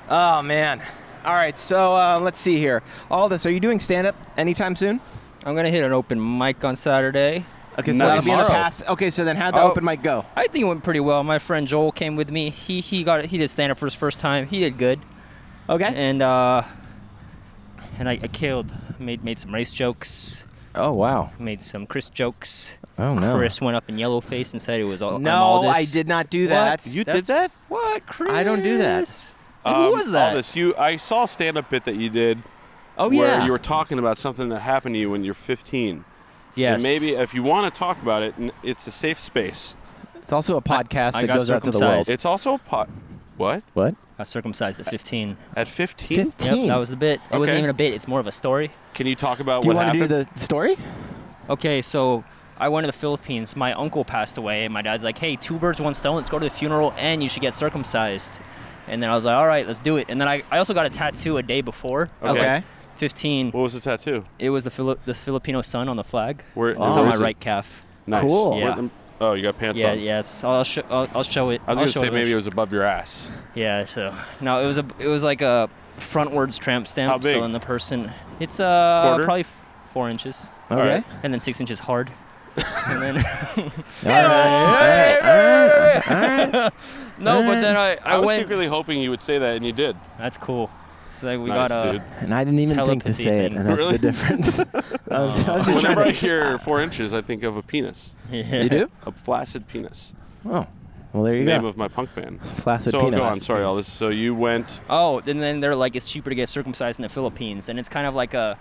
[SPEAKER 3] oh man. All right, so uh, let's see here. All this. Are you doing stand up anytime soon?
[SPEAKER 2] I'm gonna hit an open mic on Saturday.
[SPEAKER 3] Okay, so
[SPEAKER 1] Not
[SPEAKER 3] that'll be in the
[SPEAKER 1] tomorrow.
[SPEAKER 3] past. Okay, so then how'd the
[SPEAKER 2] Oh.
[SPEAKER 3] open mic go?
[SPEAKER 2] I think it went pretty well. My friend Joel came with me. He he got he did stand up for his first time. He did good,
[SPEAKER 3] Okay.
[SPEAKER 2] and uh, and I, I killed. Made made some race jokes.
[SPEAKER 3] Oh wow.
[SPEAKER 2] Made some Chris jokes.
[SPEAKER 3] Oh, no.
[SPEAKER 2] Chris went up in yellow face and said it was all. I'm
[SPEAKER 3] No,
[SPEAKER 2] Aldous.
[SPEAKER 3] I did not do
[SPEAKER 2] What?
[SPEAKER 3] that.
[SPEAKER 1] You did
[SPEAKER 2] That's-
[SPEAKER 1] that?
[SPEAKER 2] What, Chris?
[SPEAKER 3] I don't do that.
[SPEAKER 1] Um,
[SPEAKER 2] Who was that?
[SPEAKER 1] All this. You, I saw a stand-up bit that you did
[SPEAKER 3] Oh
[SPEAKER 1] where
[SPEAKER 3] yeah.
[SPEAKER 1] you were talking about something that happened to you when you're 15.
[SPEAKER 2] Yes.
[SPEAKER 1] And maybe if you want to talk about it, n- it's a safe space.
[SPEAKER 3] it's also a podcast
[SPEAKER 2] I
[SPEAKER 3] that
[SPEAKER 2] got
[SPEAKER 3] goes out to the world.
[SPEAKER 2] circumcised.
[SPEAKER 1] It's also a pot. What?
[SPEAKER 3] What?
[SPEAKER 2] I circumcised at 15.
[SPEAKER 1] At 15?
[SPEAKER 2] Yep,
[SPEAKER 3] Fifteen.
[SPEAKER 2] that was the bit. It
[SPEAKER 1] Okay.
[SPEAKER 2] wasn't even a bit. It's more of a story.
[SPEAKER 1] Can you talk about
[SPEAKER 3] Do you
[SPEAKER 1] what
[SPEAKER 3] want to
[SPEAKER 1] happened?
[SPEAKER 3] do the story?
[SPEAKER 2] Okay, so I went to the Philippines. My uncle passed away, and my dad's like, "Hey, two birds, one stone. Let's go to the funeral, and you should get circumcised." And then I was like, "All right, let's do it." And then I, I also got a tattoo a day before. I was
[SPEAKER 1] Okay.
[SPEAKER 2] like 15.
[SPEAKER 1] what was the tattoo?
[SPEAKER 2] It was the Fili- the Filipino sun on the flag.
[SPEAKER 1] Where-
[SPEAKER 2] it's
[SPEAKER 1] where
[SPEAKER 2] on my
[SPEAKER 1] is it?
[SPEAKER 2] right calf.
[SPEAKER 1] Nice.
[SPEAKER 3] Cool.
[SPEAKER 1] Where
[SPEAKER 2] Yeah.
[SPEAKER 1] the- oh, you got pants
[SPEAKER 2] Yeah,
[SPEAKER 1] on.
[SPEAKER 2] yeah. It's I'll show I'll, I'll show it.
[SPEAKER 1] I was
[SPEAKER 2] I'll
[SPEAKER 1] going to
[SPEAKER 2] show
[SPEAKER 1] say
[SPEAKER 2] it
[SPEAKER 1] maybe it was above your ass.
[SPEAKER 2] Yeah, so no, it was a it was like a frontwards tramp stamp.
[SPEAKER 1] How big?
[SPEAKER 2] So in the person, it's uh
[SPEAKER 1] Quarter? Oh,
[SPEAKER 2] probably f- four inches,
[SPEAKER 3] Okay.
[SPEAKER 1] right.
[SPEAKER 2] and then six inches hard, and then no, but then I I,
[SPEAKER 1] I was
[SPEAKER 2] went.
[SPEAKER 1] secretly hoping you would say that, and you did.
[SPEAKER 2] That's cool. So we
[SPEAKER 1] nice,
[SPEAKER 2] got a
[SPEAKER 1] dude.
[SPEAKER 3] And I didn't even think to
[SPEAKER 2] Telepathy
[SPEAKER 3] say it,
[SPEAKER 2] thing.
[SPEAKER 3] and that's
[SPEAKER 1] Really?
[SPEAKER 3] the difference. I was- I was just
[SPEAKER 1] Whenever I
[SPEAKER 3] trying
[SPEAKER 1] hear four inches, I think of a penis,
[SPEAKER 3] to- you do?
[SPEAKER 1] a flaccid penis.
[SPEAKER 3] Oh, well, there
[SPEAKER 1] It's
[SPEAKER 3] you
[SPEAKER 1] the
[SPEAKER 3] go.
[SPEAKER 1] name of my punk band.
[SPEAKER 3] Flaccid
[SPEAKER 1] so
[SPEAKER 3] penis.
[SPEAKER 1] go on. Sorry, all this. So you went.
[SPEAKER 2] Oh, and then they're like, it's cheaper to get circumcised in the Philippines, and it's kind of like a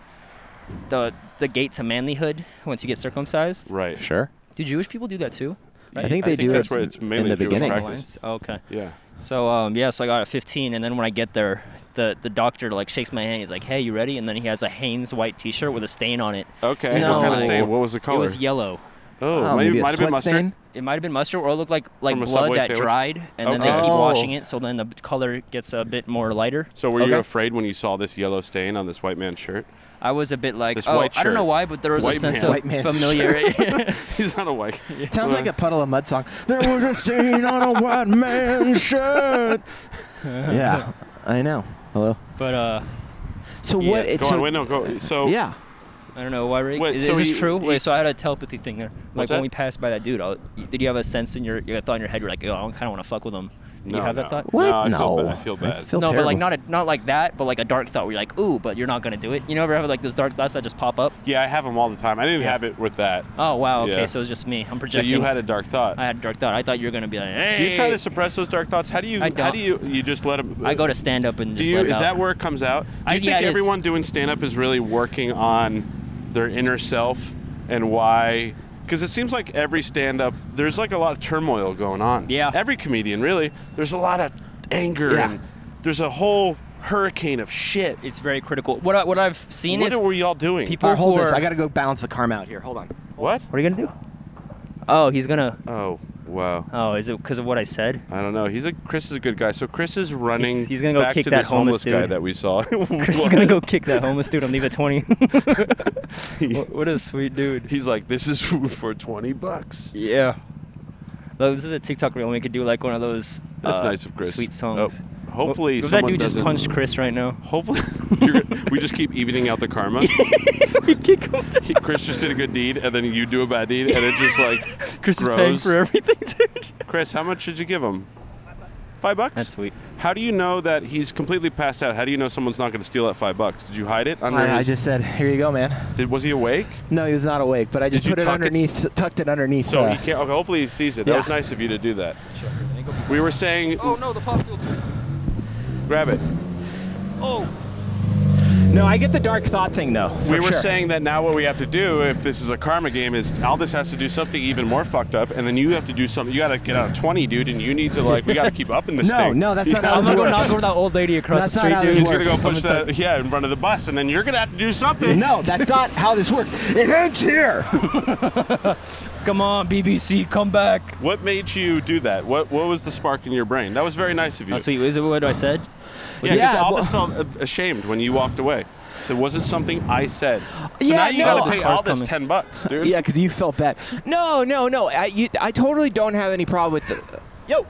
[SPEAKER 2] the the gate to manlyhood once you get circumcised.
[SPEAKER 1] Right.
[SPEAKER 3] Sure.
[SPEAKER 2] Do Jewish people do that too?
[SPEAKER 3] I think they
[SPEAKER 1] I think
[SPEAKER 3] do
[SPEAKER 1] that's
[SPEAKER 3] it
[SPEAKER 1] where it's
[SPEAKER 3] in
[SPEAKER 1] mainly
[SPEAKER 3] the
[SPEAKER 1] Jewish
[SPEAKER 3] beginning.
[SPEAKER 1] practice.
[SPEAKER 2] Oh, okay.
[SPEAKER 1] Yeah.
[SPEAKER 2] So um, yeah, so I got a 15, and then when I get there, the the doctor like shakes my hand. He's like, "Hey, you ready?" And then he has a Hanes white T-shirt with a stain on it.
[SPEAKER 1] Okay.
[SPEAKER 3] No.
[SPEAKER 1] What kind of stain? What was the color?
[SPEAKER 2] It was yellow.
[SPEAKER 1] Oh,
[SPEAKER 3] Oh,
[SPEAKER 1] maybe,
[SPEAKER 3] maybe
[SPEAKER 1] it
[SPEAKER 3] a
[SPEAKER 1] might have been
[SPEAKER 3] sweat
[SPEAKER 1] mustard.
[SPEAKER 3] stain?
[SPEAKER 2] It might have been mustard, or it looked like like
[SPEAKER 1] From a
[SPEAKER 2] blood
[SPEAKER 1] Subway
[SPEAKER 2] that
[SPEAKER 1] sandwich?
[SPEAKER 2] dried, and then they
[SPEAKER 1] Okay.
[SPEAKER 2] keep
[SPEAKER 3] Oh.
[SPEAKER 2] washing it, so then the color gets a bit more lighter.
[SPEAKER 1] So were you
[SPEAKER 3] Okay.
[SPEAKER 1] afraid when you saw this yellow stain on this white man's shirt?
[SPEAKER 2] I was a bit like,
[SPEAKER 1] This
[SPEAKER 2] oh,
[SPEAKER 1] white
[SPEAKER 2] I don't know
[SPEAKER 1] shirt.
[SPEAKER 2] why, but there was
[SPEAKER 1] White
[SPEAKER 2] a sense
[SPEAKER 1] man.
[SPEAKER 3] White man's
[SPEAKER 2] of familiarity.
[SPEAKER 1] He's not a white.
[SPEAKER 3] Sounds like a puddle of mud song. There was a stain on a white man's shirt. yeah, I know. Hello.
[SPEAKER 2] but uh,
[SPEAKER 3] So
[SPEAKER 2] Yeah,
[SPEAKER 3] what?
[SPEAKER 1] Go
[SPEAKER 3] It's
[SPEAKER 1] on,
[SPEAKER 3] a-
[SPEAKER 1] wait, no, Oh. go. So
[SPEAKER 3] yeah.
[SPEAKER 2] I don't know why. Rick.
[SPEAKER 1] Wait,
[SPEAKER 2] is,
[SPEAKER 1] so
[SPEAKER 2] is this
[SPEAKER 1] you-
[SPEAKER 2] true?
[SPEAKER 1] you-
[SPEAKER 2] Wait, so I had a telepathy thing there. Like
[SPEAKER 1] What's
[SPEAKER 2] when
[SPEAKER 1] that?
[SPEAKER 2] we passed by that dude, I, did you have a sense in your, your thought in your head? You're like, oh, I kind of want to fuck with him. Did
[SPEAKER 1] No,
[SPEAKER 2] you have
[SPEAKER 1] no.
[SPEAKER 2] that thought?
[SPEAKER 3] What?
[SPEAKER 1] I feel
[SPEAKER 3] no.
[SPEAKER 1] bad, I feel bad.
[SPEAKER 3] feel
[SPEAKER 2] no, but like
[SPEAKER 3] terrible.
[SPEAKER 2] not a, not like that, but like a dark thought where you're like, ooh, but you're not gonna do it. You know, ever have like those dark thoughts that just pop up?
[SPEAKER 1] Yeah, I have them all the time. I didn't have it with that.
[SPEAKER 2] Oh wow, okay,
[SPEAKER 1] Yeah.
[SPEAKER 2] so it's just me. I'm
[SPEAKER 1] So
[SPEAKER 2] projecting.
[SPEAKER 1] you had a dark thought.
[SPEAKER 2] I had a dark thought. I thought you were gonna be like, hey.
[SPEAKER 1] do you try to suppress those dark thoughts? How do you? How
[SPEAKER 2] I don't.
[SPEAKER 1] do you? You just let them.
[SPEAKER 2] I go to stand up and
[SPEAKER 1] Do
[SPEAKER 2] just.
[SPEAKER 1] you?
[SPEAKER 2] let it
[SPEAKER 1] Is
[SPEAKER 2] out.
[SPEAKER 1] that where it comes out? Do you
[SPEAKER 2] I-
[SPEAKER 1] think
[SPEAKER 2] yeah, it is.
[SPEAKER 1] everyone doing stand up is really working on their inner self and why? Because it seems like every stand up, there's like a lot of turmoil going on.
[SPEAKER 2] Yeah.
[SPEAKER 1] Every comedian, really, there's a lot of anger
[SPEAKER 3] Yeah.
[SPEAKER 1] and there's a whole hurricane of shit.
[SPEAKER 2] It's very critical. What I, what I've seen
[SPEAKER 1] What
[SPEAKER 2] is
[SPEAKER 1] were y'all doing?
[SPEAKER 2] people
[SPEAKER 3] All right, hold
[SPEAKER 2] who
[SPEAKER 3] this.
[SPEAKER 2] are-
[SPEAKER 3] I gotta go balance the karma out here. Hold on.
[SPEAKER 1] what?
[SPEAKER 3] What are you gonna do?
[SPEAKER 2] oh, he's gonna.
[SPEAKER 1] Oh, wow.
[SPEAKER 2] Oh, is it because of what I said?
[SPEAKER 1] I don't know. He's a Chris is a good guy. So Chris is running.
[SPEAKER 2] He's- he's gonna go
[SPEAKER 1] back
[SPEAKER 2] kick
[SPEAKER 1] to
[SPEAKER 2] that
[SPEAKER 1] this homeless,
[SPEAKER 2] homeless
[SPEAKER 1] guy
[SPEAKER 2] dude.
[SPEAKER 1] that we saw.
[SPEAKER 2] Chris is gonna go kick that homeless dude and leave a twenty. What- what a sweet dude.
[SPEAKER 1] He's like, this is for twenty bucks.
[SPEAKER 2] Yeah. Look, this is a TikTok reel. We could do like one of those.
[SPEAKER 1] That's
[SPEAKER 2] uh,
[SPEAKER 1] nice of Chris.
[SPEAKER 2] Sweet
[SPEAKER 1] Oh,
[SPEAKER 2] songs.
[SPEAKER 1] hopefully,
[SPEAKER 2] What if that
[SPEAKER 1] someone
[SPEAKER 2] dude
[SPEAKER 1] doesn't.
[SPEAKER 2] just punched Chris right now.
[SPEAKER 1] Hopefully, you're, we just keep evening out the karma.
[SPEAKER 2] we kick him.
[SPEAKER 1] He- Chris just did a good deed, and then you do a bad deed, and it just like
[SPEAKER 2] Chris
[SPEAKER 1] grows.
[SPEAKER 2] is paying for everything, dude.
[SPEAKER 1] Chris, how much did you give him? Five bucks.
[SPEAKER 2] That's sweet.
[SPEAKER 1] How do you know that he's completely passed out? How do you know someone's not going to steal that five bucks? Did you hide it under
[SPEAKER 3] I, I
[SPEAKER 1] his?
[SPEAKER 3] just said, here you go, man.
[SPEAKER 1] did, was he awake?
[SPEAKER 3] No, he was not awake, but I just
[SPEAKER 1] Did you
[SPEAKER 3] put it
[SPEAKER 1] tuck it s-
[SPEAKER 3] underneath, tucked it underneath.
[SPEAKER 1] So
[SPEAKER 3] uh,
[SPEAKER 1] he can't. Okay, hopefully he sees it. That
[SPEAKER 3] yeah.
[SPEAKER 1] was nice of you to do that. We were saying. Oh no, the pop filter. Grab it.
[SPEAKER 3] no, I get the dark thought thing though. for
[SPEAKER 1] we were
[SPEAKER 3] sure.
[SPEAKER 1] saying that now what we have to do, if this is a karma game, is Aldis has to do something even more fucked up, and then you have to do something. You got to get out of twenty, dude, and you need to like we got to keep up in this
[SPEAKER 3] No,
[SPEAKER 1] thing.
[SPEAKER 3] no, that's not how
[SPEAKER 2] I'm
[SPEAKER 3] this
[SPEAKER 2] gonna go
[SPEAKER 3] works.
[SPEAKER 2] knock over that old lady across
[SPEAKER 3] That's
[SPEAKER 2] the
[SPEAKER 3] not
[SPEAKER 2] street,
[SPEAKER 3] how
[SPEAKER 2] dude.
[SPEAKER 3] this
[SPEAKER 1] He's gonna go
[SPEAKER 3] works.
[SPEAKER 1] push
[SPEAKER 3] I'm
[SPEAKER 1] that yeah in front of the bus, and then you're gonna have to do something.
[SPEAKER 3] No, that's not how this works. It ends here.
[SPEAKER 2] Come on, BBC, come back.
[SPEAKER 1] What made you do that? What what was the spark in your brain? That was very nice of you.
[SPEAKER 2] Oh, sweet. Is it what I said?
[SPEAKER 1] Yeah, because
[SPEAKER 3] Yeah,
[SPEAKER 1] Aldis felt a- ashamed when you walked away. So was it something I said? So
[SPEAKER 3] Yeah,
[SPEAKER 1] now you
[SPEAKER 3] no.
[SPEAKER 1] gotta
[SPEAKER 2] This
[SPEAKER 1] pay
[SPEAKER 2] car's
[SPEAKER 1] Aldis
[SPEAKER 2] coming.
[SPEAKER 1] ten bucks, dude.
[SPEAKER 3] Yeah, because you felt bad. No, no, no. I, you, I totally don't have any problem with the. Yo.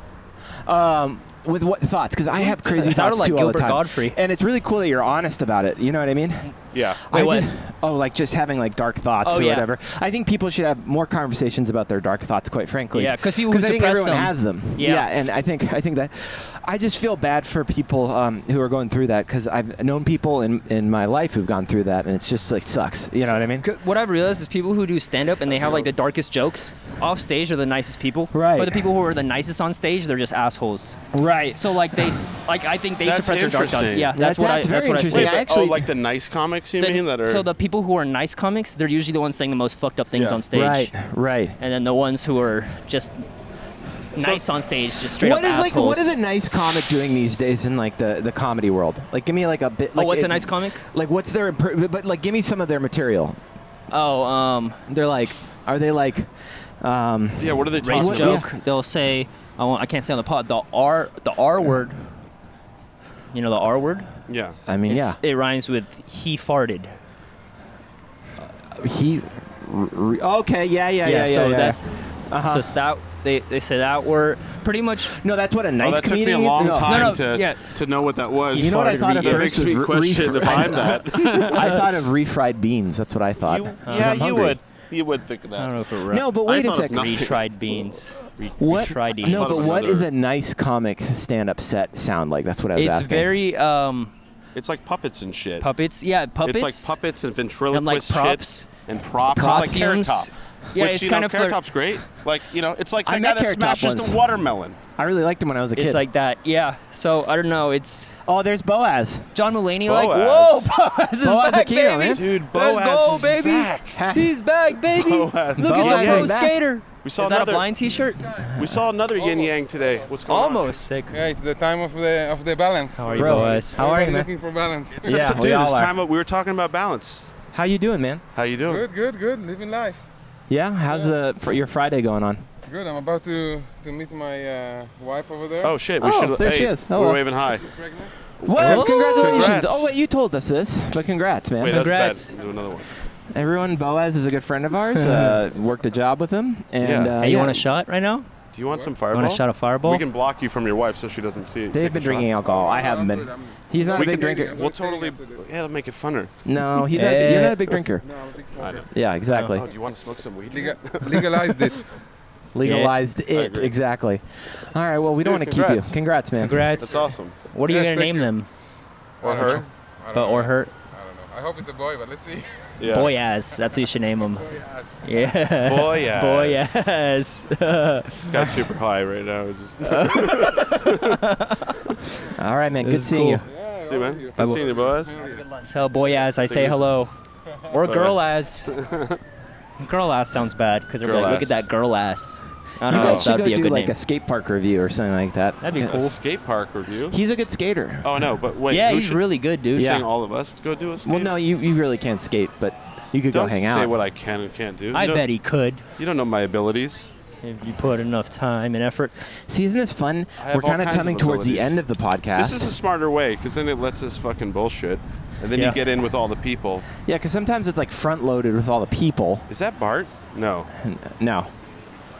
[SPEAKER 3] Um, with what thoughts? Because I have crazy
[SPEAKER 2] It sounded
[SPEAKER 3] thoughts
[SPEAKER 2] like
[SPEAKER 3] too all the
[SPEAKER 2] Gilbert
[SPEAKER 3] time.
[SPEAKER 2] Godfrey.
[SPEAKER 3] And it's really cool that you're honest about it. You know what I mean?
[SPEAKER 1] Yeah.
[SPEAKER 2] Wait,
[SPEAKER 3] I
[SPEAKER 2] what?
[SPEAKER 3] did- oh, like just having like dark thoughts
[SPEAKER 2] Oh,
[SPEAKER 3] or
[SPEAKER 2] yeah.
[SPEAKER 3] whatever. I think people should have more conversations about their dark thoughts. Quite frankly.
[SPEAKER 2] Yeah, 'cause people who
[SPEAKER 3] I think
[SPEAKER 2] suppress
[SPEAKER 3] everyone
[SPEAKER 2] them-
[SPEAKER 3] has them.
[SPEAKER 2] Yeah.
[SPEAKER 3] and I think I think that I just feel bad for people um, who are going through that because I've known people in in my life who've gone through that, and it's just like sucks. You know what I mean?
[SPEAKER 2] C- What I've realized is people who do stand up and they have like the darkest jokes off stage are the nicest people.
[SPEAKER 3] Right.
[SPEAKER 2] But the people who are the nicest on stage, they're just assholes.
[SPEAKER 3] Right.
[SPEAKER 2] So like they, s- like I think they
[SPEAKER 1] That's
[SPEAKER 2] suppress their dark thoughts.
[SPEAKER 1] interesting.
[SPEAKER 2] Yeah,
[SPEAKER 1] That-
[SPEAKER 2] that's what
[SPEAKER 3] that's
[SPEAKER 2] I.
[SPEAKER 3] very
[SPEAKER 2] that's what
[SPEAKER 3] interesting.
[SPEAKER 2] I
[SPEAKER 1] Wait,
[SPEAKER 2] see.
[SPEAKER 1] but-
[SPEAKER 3] actually-
[SPEAKER 1] oh, like the nice comics you
[SPEAKER 2] The-
[SPEAKER 1] mean that are
[SPEAKER 2] so the people who are nice comics, they're usually the ones saying the most fucked up things
[SPEAKER 1] Yeah.
[SPEAKER 2] on stage.
[SPEAKER 3] Right. Right.
[SPEAKER 2] And then the ones who are just nice on stage, just straight
[SPEAKER 3] What
[SPEAKER 2] up
[SPEAKER 3] is like
[SPEAKER 2] assholes.
[SPEAKER 3] what is a nice comic doing these days in like the, the comedy world? Like give me like a bit.
[SPEAKER 2] Oh,
[SPEAKER 3] Like,
[SPEAKER 2] what's
[SPEAKER 3] it-
[SPEAKER 2] a nice comic?
[SPEAKER 3] Like what's their imper- but like give me some of their material.
[SPEAKER 2] Oh, um,
[SPEAKER 3] They're like, are they like? Um,
[SPEAKER 1] yeah what are they
[SPEAKER 2] race
[SPEAKER 1] talking about?
[SPEAKER 2] joke. They'll say, I, won't- I can't say on the pod the R the R word. You know the R word.
[SPEAKER 1] Yeah.
[SPEAKER 3] I mean,
[SPEAKER 2] It's- It rhymes with he farted.
[SPEAKER 3] yeah. He. Re- okay. Yeah. Yeah. Yeah. Yeah.
[SPEAKER 2] so
[SPEAKER 3] yeah. Uh-huh.
[SPEAKER 2] that's so it's that they they say that word pretty much.
[SPEAKER 3] no, that's what a
[SPEAKER 1] Oh,
[SPEAKER 3] nice
[SPEAKER 1] that took me
[SPEAKER 3] comedian.
[SPEAKER 1] a long
[SPEAKER 3] no.
[SPEAKER 1] time
[SPEAKER 2] no,
[SPEAKER 1] to
[SPEAKER 2] yeah.
[SPEAKER 1] to know what that was.
[SPEAKER 3] You know what I
[SPEAKER 1] It
[SPEAKER 3] thought at
[SPEAKER 1] makes
[SPEAKER 3] first was
[SPEAKER 1] me
[SPEAKER 3] re-
[SPEAKER 1] question if I'm
[SPEAKER 3] refried.
[SPEAKER 1] that.
[SPEAKER 3] I thought of refried beans. That's what I thought.
[SPEAKER 1] You-
[SPEAKER 3] Uh,
[SPEAKER 1] yeah,
[SPEAKER 3] I'm
[SPEAKER 1] you
[SPEAKER 3] hungry.
[SPEAKER 1] would. You would think of that.
[SPEAKER 2] I don't know if it re-
[SPEAKER 3] No, but wait a
[SPEAKER 1] thought of
[SPEAKER 3] second.
[SPEAKER 1] nothing.
[SPEAKER 2] retried beans. Re-
[SPEAKER 3] What?
[SPEAKER 2] Retried beans.
[SPEAKER 3] No,
[SPEAKER 1] thought of
[SPEAKER 3] but what
[SPEAKER 1] another-
[SPEAKER 3] is a nice comic stand-up set sound like? That's what I was
[SPEAKER 2] it's
[SPEAKER 3] asking.
[SPEAKER 2] very um
[SPEAKER 1] It's like puppets and shit.
[SPEAKER 2] puppets. Yeah, puppets.
[SPEAKER 1] It's like puppets and ventriloquist
[SPEAKER 2] And, like,
[SPEAKER 1] shit
[SPEAKER 2] props.
[SPEAKER 1] and props. It's like Carrot
[SPEAKER 2] Costumes.
[SPEAKER 1] Top.
[SPEAKER 2] Yeah,
[SPEAKER 1] which,
[SPEAKER 2] it's
[SPEAKER 1] you know,
[SPEAKER 2] kind of
[SPEAKER 1] Carrot
[SPEAKER 2] flirt-
[SPEAKER 1] Top's great. Like you know, it's like
[SPEAKER 3] I
[SPEAKER 1] that
[SPEAKER 3] met
[SPEAKER 1] guy that
[SPEAKER 3] Carrot Top
[SPEAKER 1] smashes
[SPEAKER 3] once.
[SPEAKER 1] the watermelon.
[SPEAKER 3] I really liked him when I was a kid.
[SPEAKER 2] It's like that. Yeah. So I don't know. It's
[SPEAKER 3] oh, there's Boaz.
[SPEAKER 2] John Mulaney. Like
[SPEAKER 1] Boaz.
[SPEAKER 2] whoa, Boaz is
[SPEAKER 3] Boaz
[SPEAKER 2] back,
[SPEAKER 3] Aquino,
[SPEAKER 2] baby.
[SPEAKER 3] man.
[SPEAKER 1] Dude,
[SPEAKER 2] Let's
[SPEAKER 1] Boaz
[SPEAKER 2] go,
[SPEAKER 1] is
[SPEAKER 2] baby.
[SPEAKER 1] back.
[SPEAKER 2] He's back, baby.
[SPEAKER 1] Boaz-
[SPEAKER 2] Look, it's
[SPEAKER 1] Boaz
[SPEAKER 2] a pro
[SPEAKER 3] is back.
[SPEAKER 2] skater.
[SPEAKER 1] We saw
[SPEAKER 2] is that a
[SPEAKER 1] another-
[SPEAKER 2] blind T-shirt?
[SPEAKER 1] We saw another yin yang today. What's going on?
[SPEAKER 2] Almost sick.
[SPEAKER 4] Yeah, it's the time of the of the balance.
[SPEAKER 2] How are you,
[SPEAKER 3] Bro,
[SPEAKER 2] Boaz?
[SPEAKER 3] how are you,
[SPEAKER 4] Everybody
[SPEAKER 3] man?
[SPEAKER 4] Looking for balance.
[SPEAKER 3] Yeah,
[SPEAKER 1] That's-
[SPEAKER 3] we
[SPEAKER 1] dude, this
[SPEAKER 3] all are.
[SPEAKER 1] time we were talking about balance.
[SPEAKER 3] How you doing, man?
[SPEAKER 1] How you doing?
[SPEAKER 4] Good, good, good. Living life.
[SPEAKER 3] Yeah, how's the fr- your Friday going on?
[SPEAKER 4] Good. I'm about to to meet my uh, wife over there.
[SPEAKER 1] Oh shit, we
[SPEAKER 3] Oh,
[SPEAKER 1] should.
[SPEAKER 3] there
[SPEAKER 1] hey,
[SPEAKER 3] she is. Hello.
[SPEAKER 1] We're waving hi.
[SPEAKER 4] Pregnant.
[SPEAKER 3] Well,
[SPEAKER 2] Oh,
[SPEAKER 3] congratulations!
[SPEAKER 1] congrats.
[SPEAKER 3] Oh wait, you told us this, but congrats, man.
[SPEAKER 1] Wait,
[SPEAKER 2] Congrats.
[SPEAKER 1] that's bad. Do another one.
[SPEAKER 3] Everyone, Boaz is a good friend of ours. uh, worked a job with him, and
[SPEAKER 1] Yeah.
[SPEAKER 3] uh,
[SPEAKER 2] Hey, you
[SPEAKER 3] yeah,
[SPEAKER 2] want a shot right now?
[SPEAKER 1] Do you want some
[SPEAKER 2] You
[SPEAKER 1] fireball?
[SPEAKER 2] want to shot a fireball?
[SPEAKER 1] We can block you from your wife so she doesn't see it. Take
[SPEAKER 3] They've
[SPEAKER 1] a
[SPEAKER 3] been
[SPEAKER 1] shot.
[SPEAKER 3] drinking alcohol. I
[SPEAKER 4] No,
[SPEAKER 3] haven't
[SPEAKER 4] I'm
[SPEAKER 3] been.
[SPEAKER 4] good, I'm-
[SPEAKER 3] He's not
[SPEAKER 1] We
[SPEAKER 3] a big
[SPEAKER 1] can-
[SPEAKER 3] drinker.
[SPEAKER 1] We'll totally. Yeah, it'll make it funner.
[SPEAKER 3] No, he's not,
[SPEAKER 2] Eh.
[SPEAKER 3] you're not a big drinker.
[SPEAKER 4] No, I'm a big
[SPEAKER 1] I
[SPEAKER 4] smoker.
[SPEAKER 1] know.
[SPEAKER 3] Yeah, exactly.
[SPEAKER 1] Oh, do you want to smoke some weed?
[SPEAKER 4] Legal, legalized it.
[SPEAKER 3] Legalized it
[SPEAKER 1] agree.
[SPEAKER 3] exactly. All right. Well, we don't
[SPEAKER 1] Dude,
[SPEAKER 3] want to keep you.
[SPEAKER 1] congrats.
[SPEAKER 3] Congrats, man.
[SPEAKER 1] That's
[SPEAKER 2] Congrats.
[SPEAKER 1] awesome.
[SPEAKER 2] What are you
[SPEAKER 4] Yes,
[SPEAKER 2] gonna
[SPEAKER 4] thank
[SPEAKER 2] name
[SPEAKER 4] you.
[SPEAKER 2] them?
[SPEAKER 1] Or
[SPEAKER 4] I don't
[SPEAKER 1] her?
[SPEAKER 4] know. I don't
[SPEAKER 2] But
[SPEAKER 4] know.
[SPEAKER 2] or her?
[SPEAKER 4] I don't know. I hope it's a boy, but let's see.
[SPEAKER 1] Yeah.
[SPEAKER 2] Boyaz. That's what you should name them. Yeah.
[SPEAKER 1] Boy, yeah.
[SPEAKER 2] Boyaz.
[SPEAKER 1] This guy's super high right now. It's Just,
[SPEAKER 3] All right, man.
[SPEAKER 2] This
[SPEAKER 3] good
[SPEAKER 2] is
[SPEAKER 3] seeing
[SPEAKER 2] cool.
[SPEAKER 3] you.
[SPEAKER 4] Yeah,
[SPEAKER 1] see, man.
[SPEAKER 4] you.
[SPEAKER 1] Good seeing you, boys.
[SPEAKER 2] Tell Boyaz I say
[SPEAKER 1] Please.
[SPEAKER 2] hello. Or girl ass. Girl ass sounds bad because they're
[SPEAKER 1] Girl
[SPEAKER 2] like, look at
[SPEAKER 1] ass.
[SPEAKER 2] that girl ass. I
[SPEAKER 3] You
[SPEAKER 2] don't know
[SPEAKER 3] guys
[SPEAKER 2] if
[SPEAKER 3] should
[SPEAKER 2] Oh, that'd
[SPEAKER 3] go
[SPEAKER 2] be a
[SPEAKER 3] do
[SPEAKER 2] good
[SPEAKER 3] like
[SPEAKER 2] name.
[SPEAKER 3] a skate park review or something like that.
[SPEAKER 2] That'd be
[SPEAKER 3] Yeah.
[SPEAKER 2] cool.
[SPEAKER 1] A skate park review.
[SPEAKER 3] He's a good skater.
[SPEAKER 1] oh no, but wait.
[SPEAKER 2] yeah,
[SPEAKER 1] who
[SPEAKER 2] he's
[SPEAKER 1] should-
[SPEAKER 2] really good, dude.
[SPEAKER 1] You're
[SPEAKER 3] Yeah.
[SPEAKER 1] saying all of us go do a skate.
[SPEAKER 3] Well, no, you, you really can't skate, but you could
[SPEAKER 1] don't
[SPEAKER 3] go hang
[SPEAKER 1] say
[SPEAKER 3] out.
[SPEAKER 1] what I can and can't do.
[SPEAKER 2] I
[SPEAKER 1] you don't-
[SPEAKER 2] bet he could
[SPEAKER 1] You don't know my abilities.
[SPEAKER 2] if you put enough time and effort.
[SPEAKER 3] See, isn't this fun?
[SPEAKER 1] have
[SPEAKER 3] We're
[SPEAKER 1] all
[SPEAKER 3] kind of
[SPEAKER 1] kinds of
[SPEAKER 3] coming towards the
[SPEAKER 1] abilities.
[SPEAKER 3] end of the podcast.
[SPEAKER 1] This is a smarter way because then it lets us fucking bullshit, and then
[SPEAKER 2] Yeah.
[SPEAKER 1] you get in with all the people.
[SPEAKER 3] yeah, because sometimes it's like front loaded with all the people.
[SPEAKER 1] Is that Bart? No.
[SPEAKER 3] No.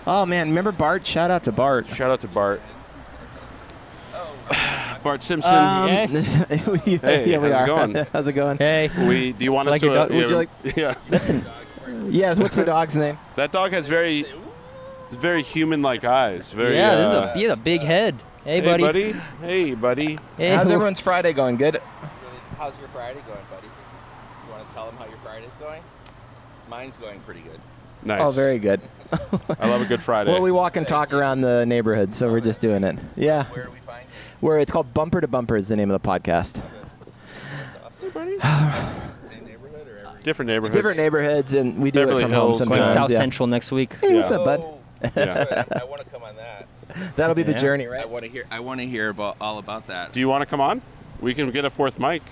[SPEAKER 3] Oh man, remember Bart? Shout out to Bart.
[SPEAKER 1] Shout out to Bart. Bart Simpson.
[SPEAKER 3] Um,
[SPEAKER 2] Yes.
[SPEAKER 3] yeah,
[SPEAKER 1] Hey,
[SPEAKER 3] yeah, we
[SPEAKER 1] how's it
[SPEAKER 3] are.
[SPEAKER 1] going?
[SPEAKER 3] how's it going?
[SPEAKER 2] Hey,
[SPEAKER 1] we do you want us
[SPEAKER 2] like
[SPEAKER 1] to?
[SPEAKER 2] your dog-
[SPEAKER 1] yeah,
[SPEAKER 3] would you like-
[SPEAKER 1] yeah.
[SPEAKER 2] that's an
[SPEAKER 3] Yes. What's the dog's name?
[SPEAKER 1] That dog has very, it's very human-like eyes. Very.
[SPEAKER 2] yeah. This is
[SPEAKER 1] uh,
[SPEAKER 2] a he has a big head. Hey, buddy.
[SPEAKER 1] Hey, buddy. Hey, buddy.
[SPEAKER 2] Hey,
[SPEAKER 3] How's
[SPEAKER 2] wh-
[SPEAKER 3] everyone's Friday going? Good.
[SPEAKER 5] How's your Friday going, buddy? You want to tell them how your Friday's going? Mine's going pretty good.
[SPEAKER 1] Nice.
[SPEAKER 3] Oh, very good.
[SPEAKER 1] I love a good Friday.
[SPEAKER 3] Well, we walk and talk around the neighborhood, so we're just doing it. Yeah.
[SPEAKER 5] Where do we find you?
[SPEAKER 3] Where it's called Bumper to Bumper is the name of the podcast.
[SPEAKER 5] Same neighborhood or every?
[SPEAKER 1] different neighborhoods.
[SPEAKER 3] Different neighborhoods, and we do
[SPEAKER 1] Beverly
[SPEAKER 3] it from
[SPEAKER 1] Hills,
[SPEAKER 3] home
[SPEAKER 2] going
[SPEAKER 3] sometimes.
[SPEAKER 2] South
[SPEAKER 3] yeah.
[SPEAKER 2] Central next week.
[SPEAKER 3] Hey, what's
[SPEAKER 1] Yeah.
[SPEAKER 3] up, bud?
[SPEAKER 1] Yeah.
[SPEAKER 5] I want to come on that.
[SPEAKER 3] That'll be the
[SPEAKER 2] Yeah.
[SPEAKER 3] journey,
[SPEAKER 5] I
[SPEAKER 3] right?
[SPEAKER 5] want to hear. I want to hear about all about that.
[SPEAKER 1] Do you want to come on? We can get a fourth mic.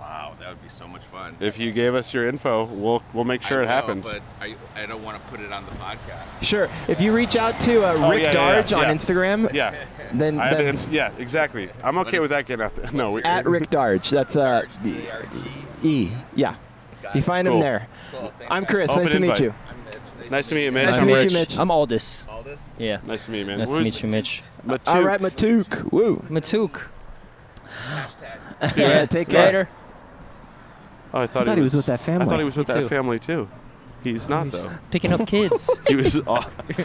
[SPEAKER 5] Wow, that would be so much fun.
[SPEAKER 1] If you gave us your info, we'll we'll make
[SPEAKER 5] I
[SPEAKER 1] sure it
[SPEAKER 5] will,
[SPEAKER 1] happens.
[SPEAKER 5] But I, I don't want to put it on the podcast.
[SPEAKER 3] Sure. If you reach out to uh, Rick
[SPEAKER 1] Oh, yeah, yeah, yeah,
[SPEAKER 3] Darge
[SPEAKER 1] yeah.
[SPEAKER 3] on Instagram,
[SPEAKER 1] yeah.
[SPEAKER 3] then,
[SPEAKER 1] I have an
[SPEAKER 3] then
[SPEAKER 1] ins- yeah, exactly. I'm okay
[SPEAKER 5] is-
[SPEAKER 1] with that getting out there. No, we,
[SPEAKER 3] at Rick Darge. That's uh,
[SPEAKER 5] DRG.
[SPEAKER 3] E. Yeah. You find
[SPEAKER 1] Cool.
[SPEAKER 3] him there.
[SPEAKER 5] Cool, thanks.
[SPEAKER 3] I'm Chris.
[SPEAKER 1] Open
[SPEAKER 3] nice to meet
[SPEAKER 1] invite.
[SPEAKER 3] you.
[SPEAKER 5] I'm Mitch.
[SPEAKER 1] nice to meet you, Mitch.
[SPEAKER 3] Nice to
[SPEAKER 1] I'm
[SPEAKER 3] meet
[SPEAKER 1] Rich.
[SPEAKER 3] you, Mitch.
[SPEAKER 2] I'm Aldis.
[SPEAKER 5] All this.
[SPEAKER 2] Yeah.
[SPEAKER 1] Nice to meet you, man.
[SPEAKER 2] Nice to
[SPEAKER 1] Who's-
[SPEAKER 2] meet you, Mitch.
[SPEAKER 1] Matuk.
[SPEAKER 3] All right, Matuk. Woo.
[SPEAKER 2] Matuk.
[SPEAKER 5] hashtag.
[SPEAKER 3] Yeah, take care.
[SPEAKER 2] Later.
[SPEAKER 1] Oh, I thought,
[SPEAKER 3] thought he was with that
[SPEAKER 1] I
[SPEAKER 3] family.
[SPEAKER 1] thought he was with
[SPEAKER 2] Me
[SPEAKER 1] that
[SPEAKER 2] too.
[SPEAKER 1] family too. He's not though.
[SPEAKER 2] Picking up kids.
[SPEAKER 1] He was. Uh,
[SPEAKER 3] Who did we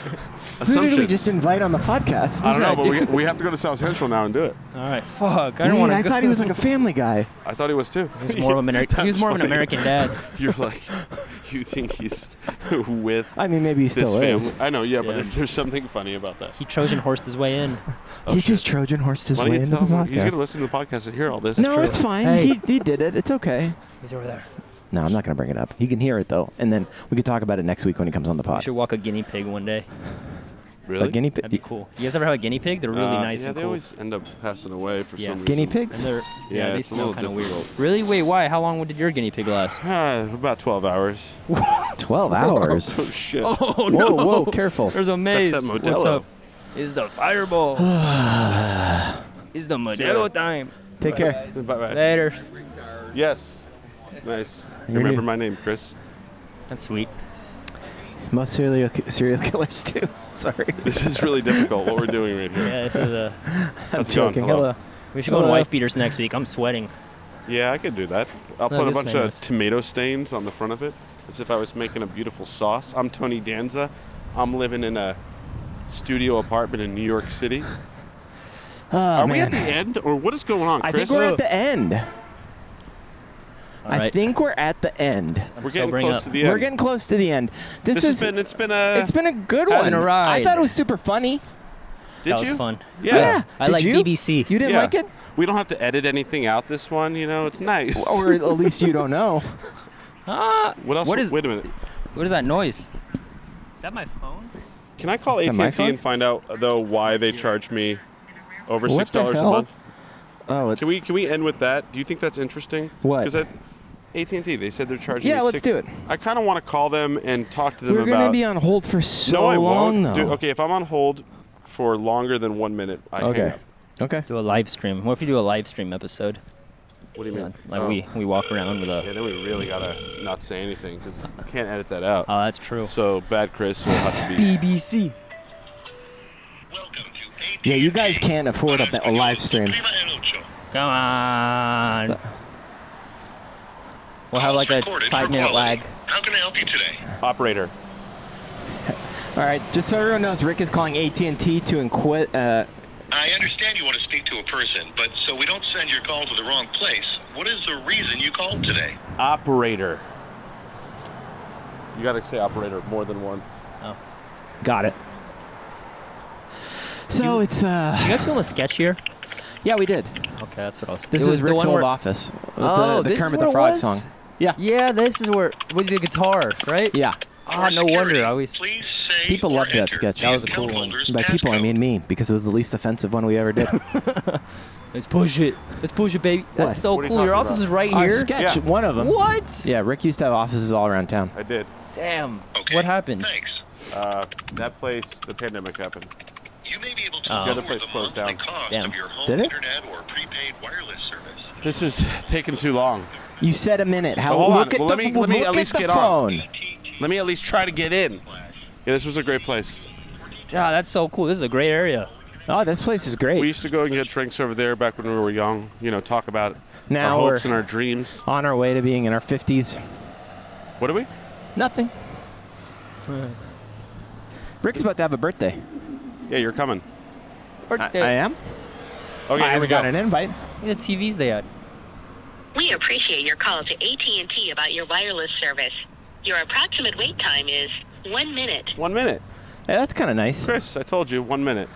[SPEAKER 1] assumptions.
[SPEAKER 3] just invite on the podcast?
[SPEAKER 1] I don't know, but we, we have to go to South Central now and do it.
[SPEAKER 2] All right. Fuck. I don't want to.
[SPEAKER 3] I thought he was like a family guy.
[SPEAKER 1] I thought he was too.
[SPEAKER 2] He was more of an Ameri- he was more of an
[SPEAKER 1] funny.
[SPEAKER 2] American dad.
[SPEAKER 1] You're like, you think he's with
[SPEAKER 3] I mean, maybe he
[SPEAKER 1] this
[SPEAKER 3] still is.
[SPEAKER 1] family? I know, yeah,
[SPEAKER 2] Yeah.
[SPEAKER 1] but there's something funny about that.
[SPEAKER 2] He Trojan horsed his way in.
[SPEAKER 1] Oh,
[SPEAKER 3] he
[SPEAKER 1] shit.
[SPEAKER 3] just Trojan horsed his
[SPEAKER 1] Why
[SPEAKER 3] way
[SPEAKER 1] don't you
[SPEAKER 3] into the
[SPEAKER 1] tell him? He's
[SPEAKER 3] podcast.
[SPEAKER 1] gonna listen to the podcast and hear all this.
[SPEAKER 3] no,
[SPEAKER 1] true.
[SPEAKER 3] it's fine.
[SPEAKER 2] Hey.
[SPEAKER 3] He, he did it. It's okay.
[SPEAKER 2] He's over there.
[SPEAKER 3] No, I'm not going to bring it up. He can hear it, though. And then we could talk about it next week when he comes on the
[SPEAKER 2] We
[SPEAKER 3] pod.
[SPEAKER 2] should walk a guinea pig one day.
[SPEAKER 1] really
[SPEAKER 3] A guinea
[SPEAKER 2] That'd be
[SPEAKER 3] pig.
[SPEAKER 2] cool. You guys ever have a guinea pig? They're really
[SPEAKER 1] Uh,
[SPEAKER 2] nice
[SPEAKER 1] Yeah,
[SPEAKER 2] and
[SPEAKER 1] they
[SPEAKER 2] cool.
[SPEAKER 1] always end up passing away for
[SPEAKER 2] Yeah.
[SPEAKER 1] some reason.
[SPEAKER 3] Guinea
[SPEAKER 2] and
[SPEAKER 3] pigs?
[SPEAKER 2] they're yeah,
[SPEAKER 1] Yeah,
[SPEAKER 2] they
[SPEAKER 1] it's a
[SPEAKER 2] smell
[SPEAKER 1] little
[SPEAKER 2] kind of weird.
[SPEAKER 1] difficult.
[SPEAKER 2] Really? Wait, why? How long did your guinea pig last?
[SPEAKER 1] Ah, about 12 hours.
[SPEAKER 3] 12 hours.
[SPEAKER 1] Oh shit.
[SPEAKER 2] oh
[SPEAKER 3] Whoa, whoa, careful.
[SPEAKER 2] There's a maze.
[SPEAKER 1] that
[SPEAKER 2] What's
[SPEAKER 1] Modelo.
[SPEAKER 2] up? Is the fireball? Is the
[SPEAKER 1] ya.
[SPEAKER 2] Modelo time?
[SPEAKER 3] Take care.
[SPEAKER 1] Bye bye.
[SPEAKER 2] Later.
[SPEAKER 1] Yes. Nice.
[SPEAKER 3] You're
[SPEAKER 1] Remember
[SPEAKER 3] new.
[SPEAKER 1] my name, Chris.
[SPEAKER 2] That's sweet.
[SPEAKER 3] Most serial, serial killers, too. Sorry.
[SPEAKER 1] This is really difficult what we're doing right here.
[SPEAKER 2] Yeah, this is a.
[SPEAKER 1] How's
[SPEAKER 3] I'm
[SPEAKER 1] it going?
[SPEAKER 3] joking.
[SPEAKER 1] Hello.
[SPEAKER 3] Hello.
[SPEAKER 2] We should go on
[SPEAKER 3] Hello.
[SPEAKER 2] wife beaters next week. I'm sweating.
[SPEAKER 1] Yeah, I could do that. I'll
[SPEAKER 2] No,
[SPEAKER 1] put a
[SPEAKER 2] this
[SPEAKER 1] bunch
[SPEAKER 2] man
[SPEAKER 1] of
[SPEAKER 2] is.
[SPEAKER 1] tomato stains on the front of it as if I was making a beautiful sauce. I'm Tony Danza. I'm living in a studio apartment in New York City.
[SPEAKER 3] Oh,
[SPEAKER 1] Are we
[SPEAKER 3] man.
[SPEAKER 1] at the end or what is going on,
[SPEAKER 3] I
[SPEAKER 1] Chris?
[SPEAKER 3] think we're at the end. I
[SPEAKER 2] right.
[SPEAKER 3] think we're at the end.
[SPEAKER 1] We're getting
[SPEAKER 2] Sobering
[SPEAKER 1] close
[SPEAKER 2] up.
[SPEAKER 1] to the end.
[SPEAKER 3] We're getting close to the end. This,
[SPEAKER 1] this
[SPEAKER 3] is
[SPEAKER 1] has been it's been a
[SPEAKER 3] it's been a good one.
[SPEAKER 1] Has been a
[SPEAKER 2] ride.
[SPEAKER 3] I thought it was super funny.
[SPEAKER 1] did
[SPEAKER 2] that was
[SPEAKER 1] you?
[SPEAKER 2] fun.
[SPEAKER 1] Yeah.
[SPEAKER 2] I
[SPEAKER 3] Did
[SPEAKER 2] like
[SPEAKER 3] you?
[SPEAKER 2] BBC.
[SPEAKER 3] You didn't
[SPEAKER 1] Yeah.
[SPEAKER 3] like it,
[SPEAKER 1] We don't have to edit anything out this one, you know, it's nice.
[SPEAKER 3] or at least you don't know.
[SPEAKER 2] Ah,
[SPEAKER 1] what else
[SPEAKER 2] What is?
[SPEAKER 1] wait a minute.
[SPEAKER 2] What is that noise? Is that my phone?
[SPEAKER 1] Can I call
[SPEAKER 3] that my
[SPEAKER 1] AT&T
[SPEAKER 3] phone?
[SPEAKER 1] and find out though why they charge me over
[SPEAKER 3] What
[SPEAKER 1] six
[SPEAKER 3] the
[SPEAKER 1] dollars a
[SPEAKER 3] hell?
[SPEAKER 1] month?
[SPEAKER 3] Oh, it,
[SPEAKER 1] Can we can we end with that? Do you think that's interesting?
[SPEAKER 3] What?
[SPEAKER 1] Because AT and T they said they're charging.
[SPEAKER 3] Yeah,
[SPEAKER 1] me
[SPEAKER 3] let's
[SPEAKER 1] six-
[SPEAKER 3] do it.
[SPEAKER 1] I kind of want to call them and talk to them
[SPEAKER 3] we're
[SPEAKER 1] about.
[SPEAKER 3] gonna be on hold for so
[SPEAKER 1] no, I
[SPEAKER 3] long
[SPEAKER 1] won't.
[SPEAKER 3] though.
[SPEAKER 1] Dude, okay, if I'm on hold for longer than one minute, I hang
[SPEAKER 3] Okay.
[SPEAKER 1] up.
[SPEAKER 3] Okay.
[SPEAKER 2] Do a live stream. What if you do a live stream episode?
[SPEAKER 1] What do you
[SPEAKER 2] Yeah,
[SPEAKER 1] mean?
[SPEAKER 2] like
[SPEAKER 1] Oh.
[SPEAKER 2] we we walk around with
[SPEAKER 1] Yeah,
[SPEAKER 2] a.
[SPEAKER 1] then we really gotta not say anything because we can't edit that out.
[SPEAKER 2] Oh, that's true.
[SPEAKER 1] so bad, Chris will have to be.
[SPEAKER 2] BBC.
[SPEAKER 3] Yeah, you guys can't afford a, ba- a live stream.
[SPEAKER 2] Come on. We'll have like a five minute lag.
[SPEAKER 7] How can I help you today?
[SPEAKER 1] Operator.
[SPEAKER 3] All right. Just so everyone knows, Rick is calling AT and T to inquit. Uh,
[SPEAKER 7] I understand you want to speak to a person, but so we don't send your call to the wrong place, what is the reason you called today?
[SPEAKER 1] Operator. You gotta say operator more than once.
[SPEAKER 3] got it. So it's uh
[SPEAKER 2] You guys feel the sketch here?
[SPEAKER 3] yeah we did.
[SPEAKER 2] Okay, that's what I was.
[SPEAKER 3] This
[SPEAKER 2] it
[SPEAKER 3] is
[SPEAKER 2] was
[SPEAKER 3] Rick's
[SPEAKER 2] the one
[SPEAKER 3] old
[SPEAKER 2] where,
[SPEAKER 3] office. with
[SPEAKER 2] Oh,
[SPEAKER 3] the, the
[SPEAKER 2] this is
[SPEAKER 3] Kermit
[SPEAKER 2] what
[SPEAKER 3] the
[SPEAKER 2] it
[SPEAKER 3] Frog
[SPEAKER 2] was?
[SPEAKER 3] song. Yeah.
[SPEAKER 2] Yeah, this is where with the guitar, right?
[SPEAKER 3] Yeah.
[SPEAKER 2] Ah, no wonder. I always.
[SPEAKER 7] Please say
[SPEAKER 3] People
[SPEAKER 7] or
[SPEAKER 3] loved that
[SPEAKER 7] enter
[SPEAKER 3] sketch.
[SPEAKER 7] the
[SPEAKER 3] That
[SPEAKER 2] was a cool
[SPEAKER 7] account
[SPEAKER 2] one.
[SPEAKER 7] holder's
[SPEAKER 3] By people, I
[SPEAKER 7] passcode.
[SPEAKER 3] mean me, because it was the least offensive one we ever did.
[SPEAKER 2] Let's push it. Let's push it, baby.
[SPEAKER 3] What?
[SPEAKER 2] That's so
[SPEAKER 1] What are you
[SPEAKER 2] cool. Your
[SPEAKER 1] talking
[SPEAKER 2] office
[SPEAKER 1] about?
[SPEAKER 2] is right
[SPEAKER 3] Our
[SPEAKER 2] here.
[SPEAKER 3] sketch,
[SPEAKER 1] Yeah.
[SPEAKER 3] one of them.
[SPEAKER 2] What?
[SPEAKER 3] Yeah, Rick used to have offices all around town.
[SPEAKER 1] I did.
[SPEAKER 2] Damn.
[SPEAKER 7] Okay,
[SPEAKER 2] What happened?
[SPEAKER 7] Thanks.
[SPEAKER 1] Uh, that place, the pandemic happened.
[SPEAKER 7] You may be able to
[SPEAKER 2] Oh.
[SPEAKER 7] lower
[SPEAKER 2] The
[SPEAKER 7] the
[SPEAKER 1] other place closed
[SPEAKER 7] monthly
[SPEAKER 1] down.
[SPEAKER 7] cost
[SPEAKER 2] Damn.
[SPEAKER 7] of your home
[SPEAKER 3] Ah. Did it?
[SPEAKER 7] internet or prepaid wireless service.
[SPEAKER 1] This is taking too long.
[SPEAKER 3] You said a minute. How?
[SPEAKER 1] Well, hold
[SPEAKER 3] look
[SPEAKER 1] on.
[SPEAKER 3] at
[SPEAKER 1] Well,
[SPEAKER 3] the,
[SPEAKER 1] let me- let me
[SPEAKER 3] look
[SPEAKER 1] at least
[SPEAKER 3] the
[SPEAKER 1] get on.
[SPEAKER 3] phone.
[SPEAKER 1] Let me at least try to get in. Yeah, this was a great place.
[SPEAKER 2] Yeah, that's so cool. This is a great area.
[SPEAKER 3] Oh, this place is great.
[SPEAKER 1] We used to go and get drinks over there back when we were young. You know, talk about
[SPEAKER 3] Now
[SPEAKER 1] our hopes
[SPEAKER 3] we're-
[SPEAKER 1] and our dreams.
[SPEAKER 3] on our way to being in our 50s.
[SPEAKER 1] What are we?
[SPEAKER 3] Nothing. Rick's about to have a birthday.
[SPEAKER 1] Yeah, you're coming.
[SPEAKER 3] I, I am. I
[SPEAKER 1] Okay, here we
[SPEAKER 3] haven't
[SPEAKER 1] go.
[SPEAKER 3] got an invite.
[SPEAKER 2] Look at the TVs they had.
[SPEAKER 8] We appreciate your call to AT&T about your wireless service. Your approximate wait time is one minute.
[SPEAKER 1] One minute,
[SPEAKER 3] Hey, that's kind of nice.
[SPEAKER 1] Chris. I told you, one minute.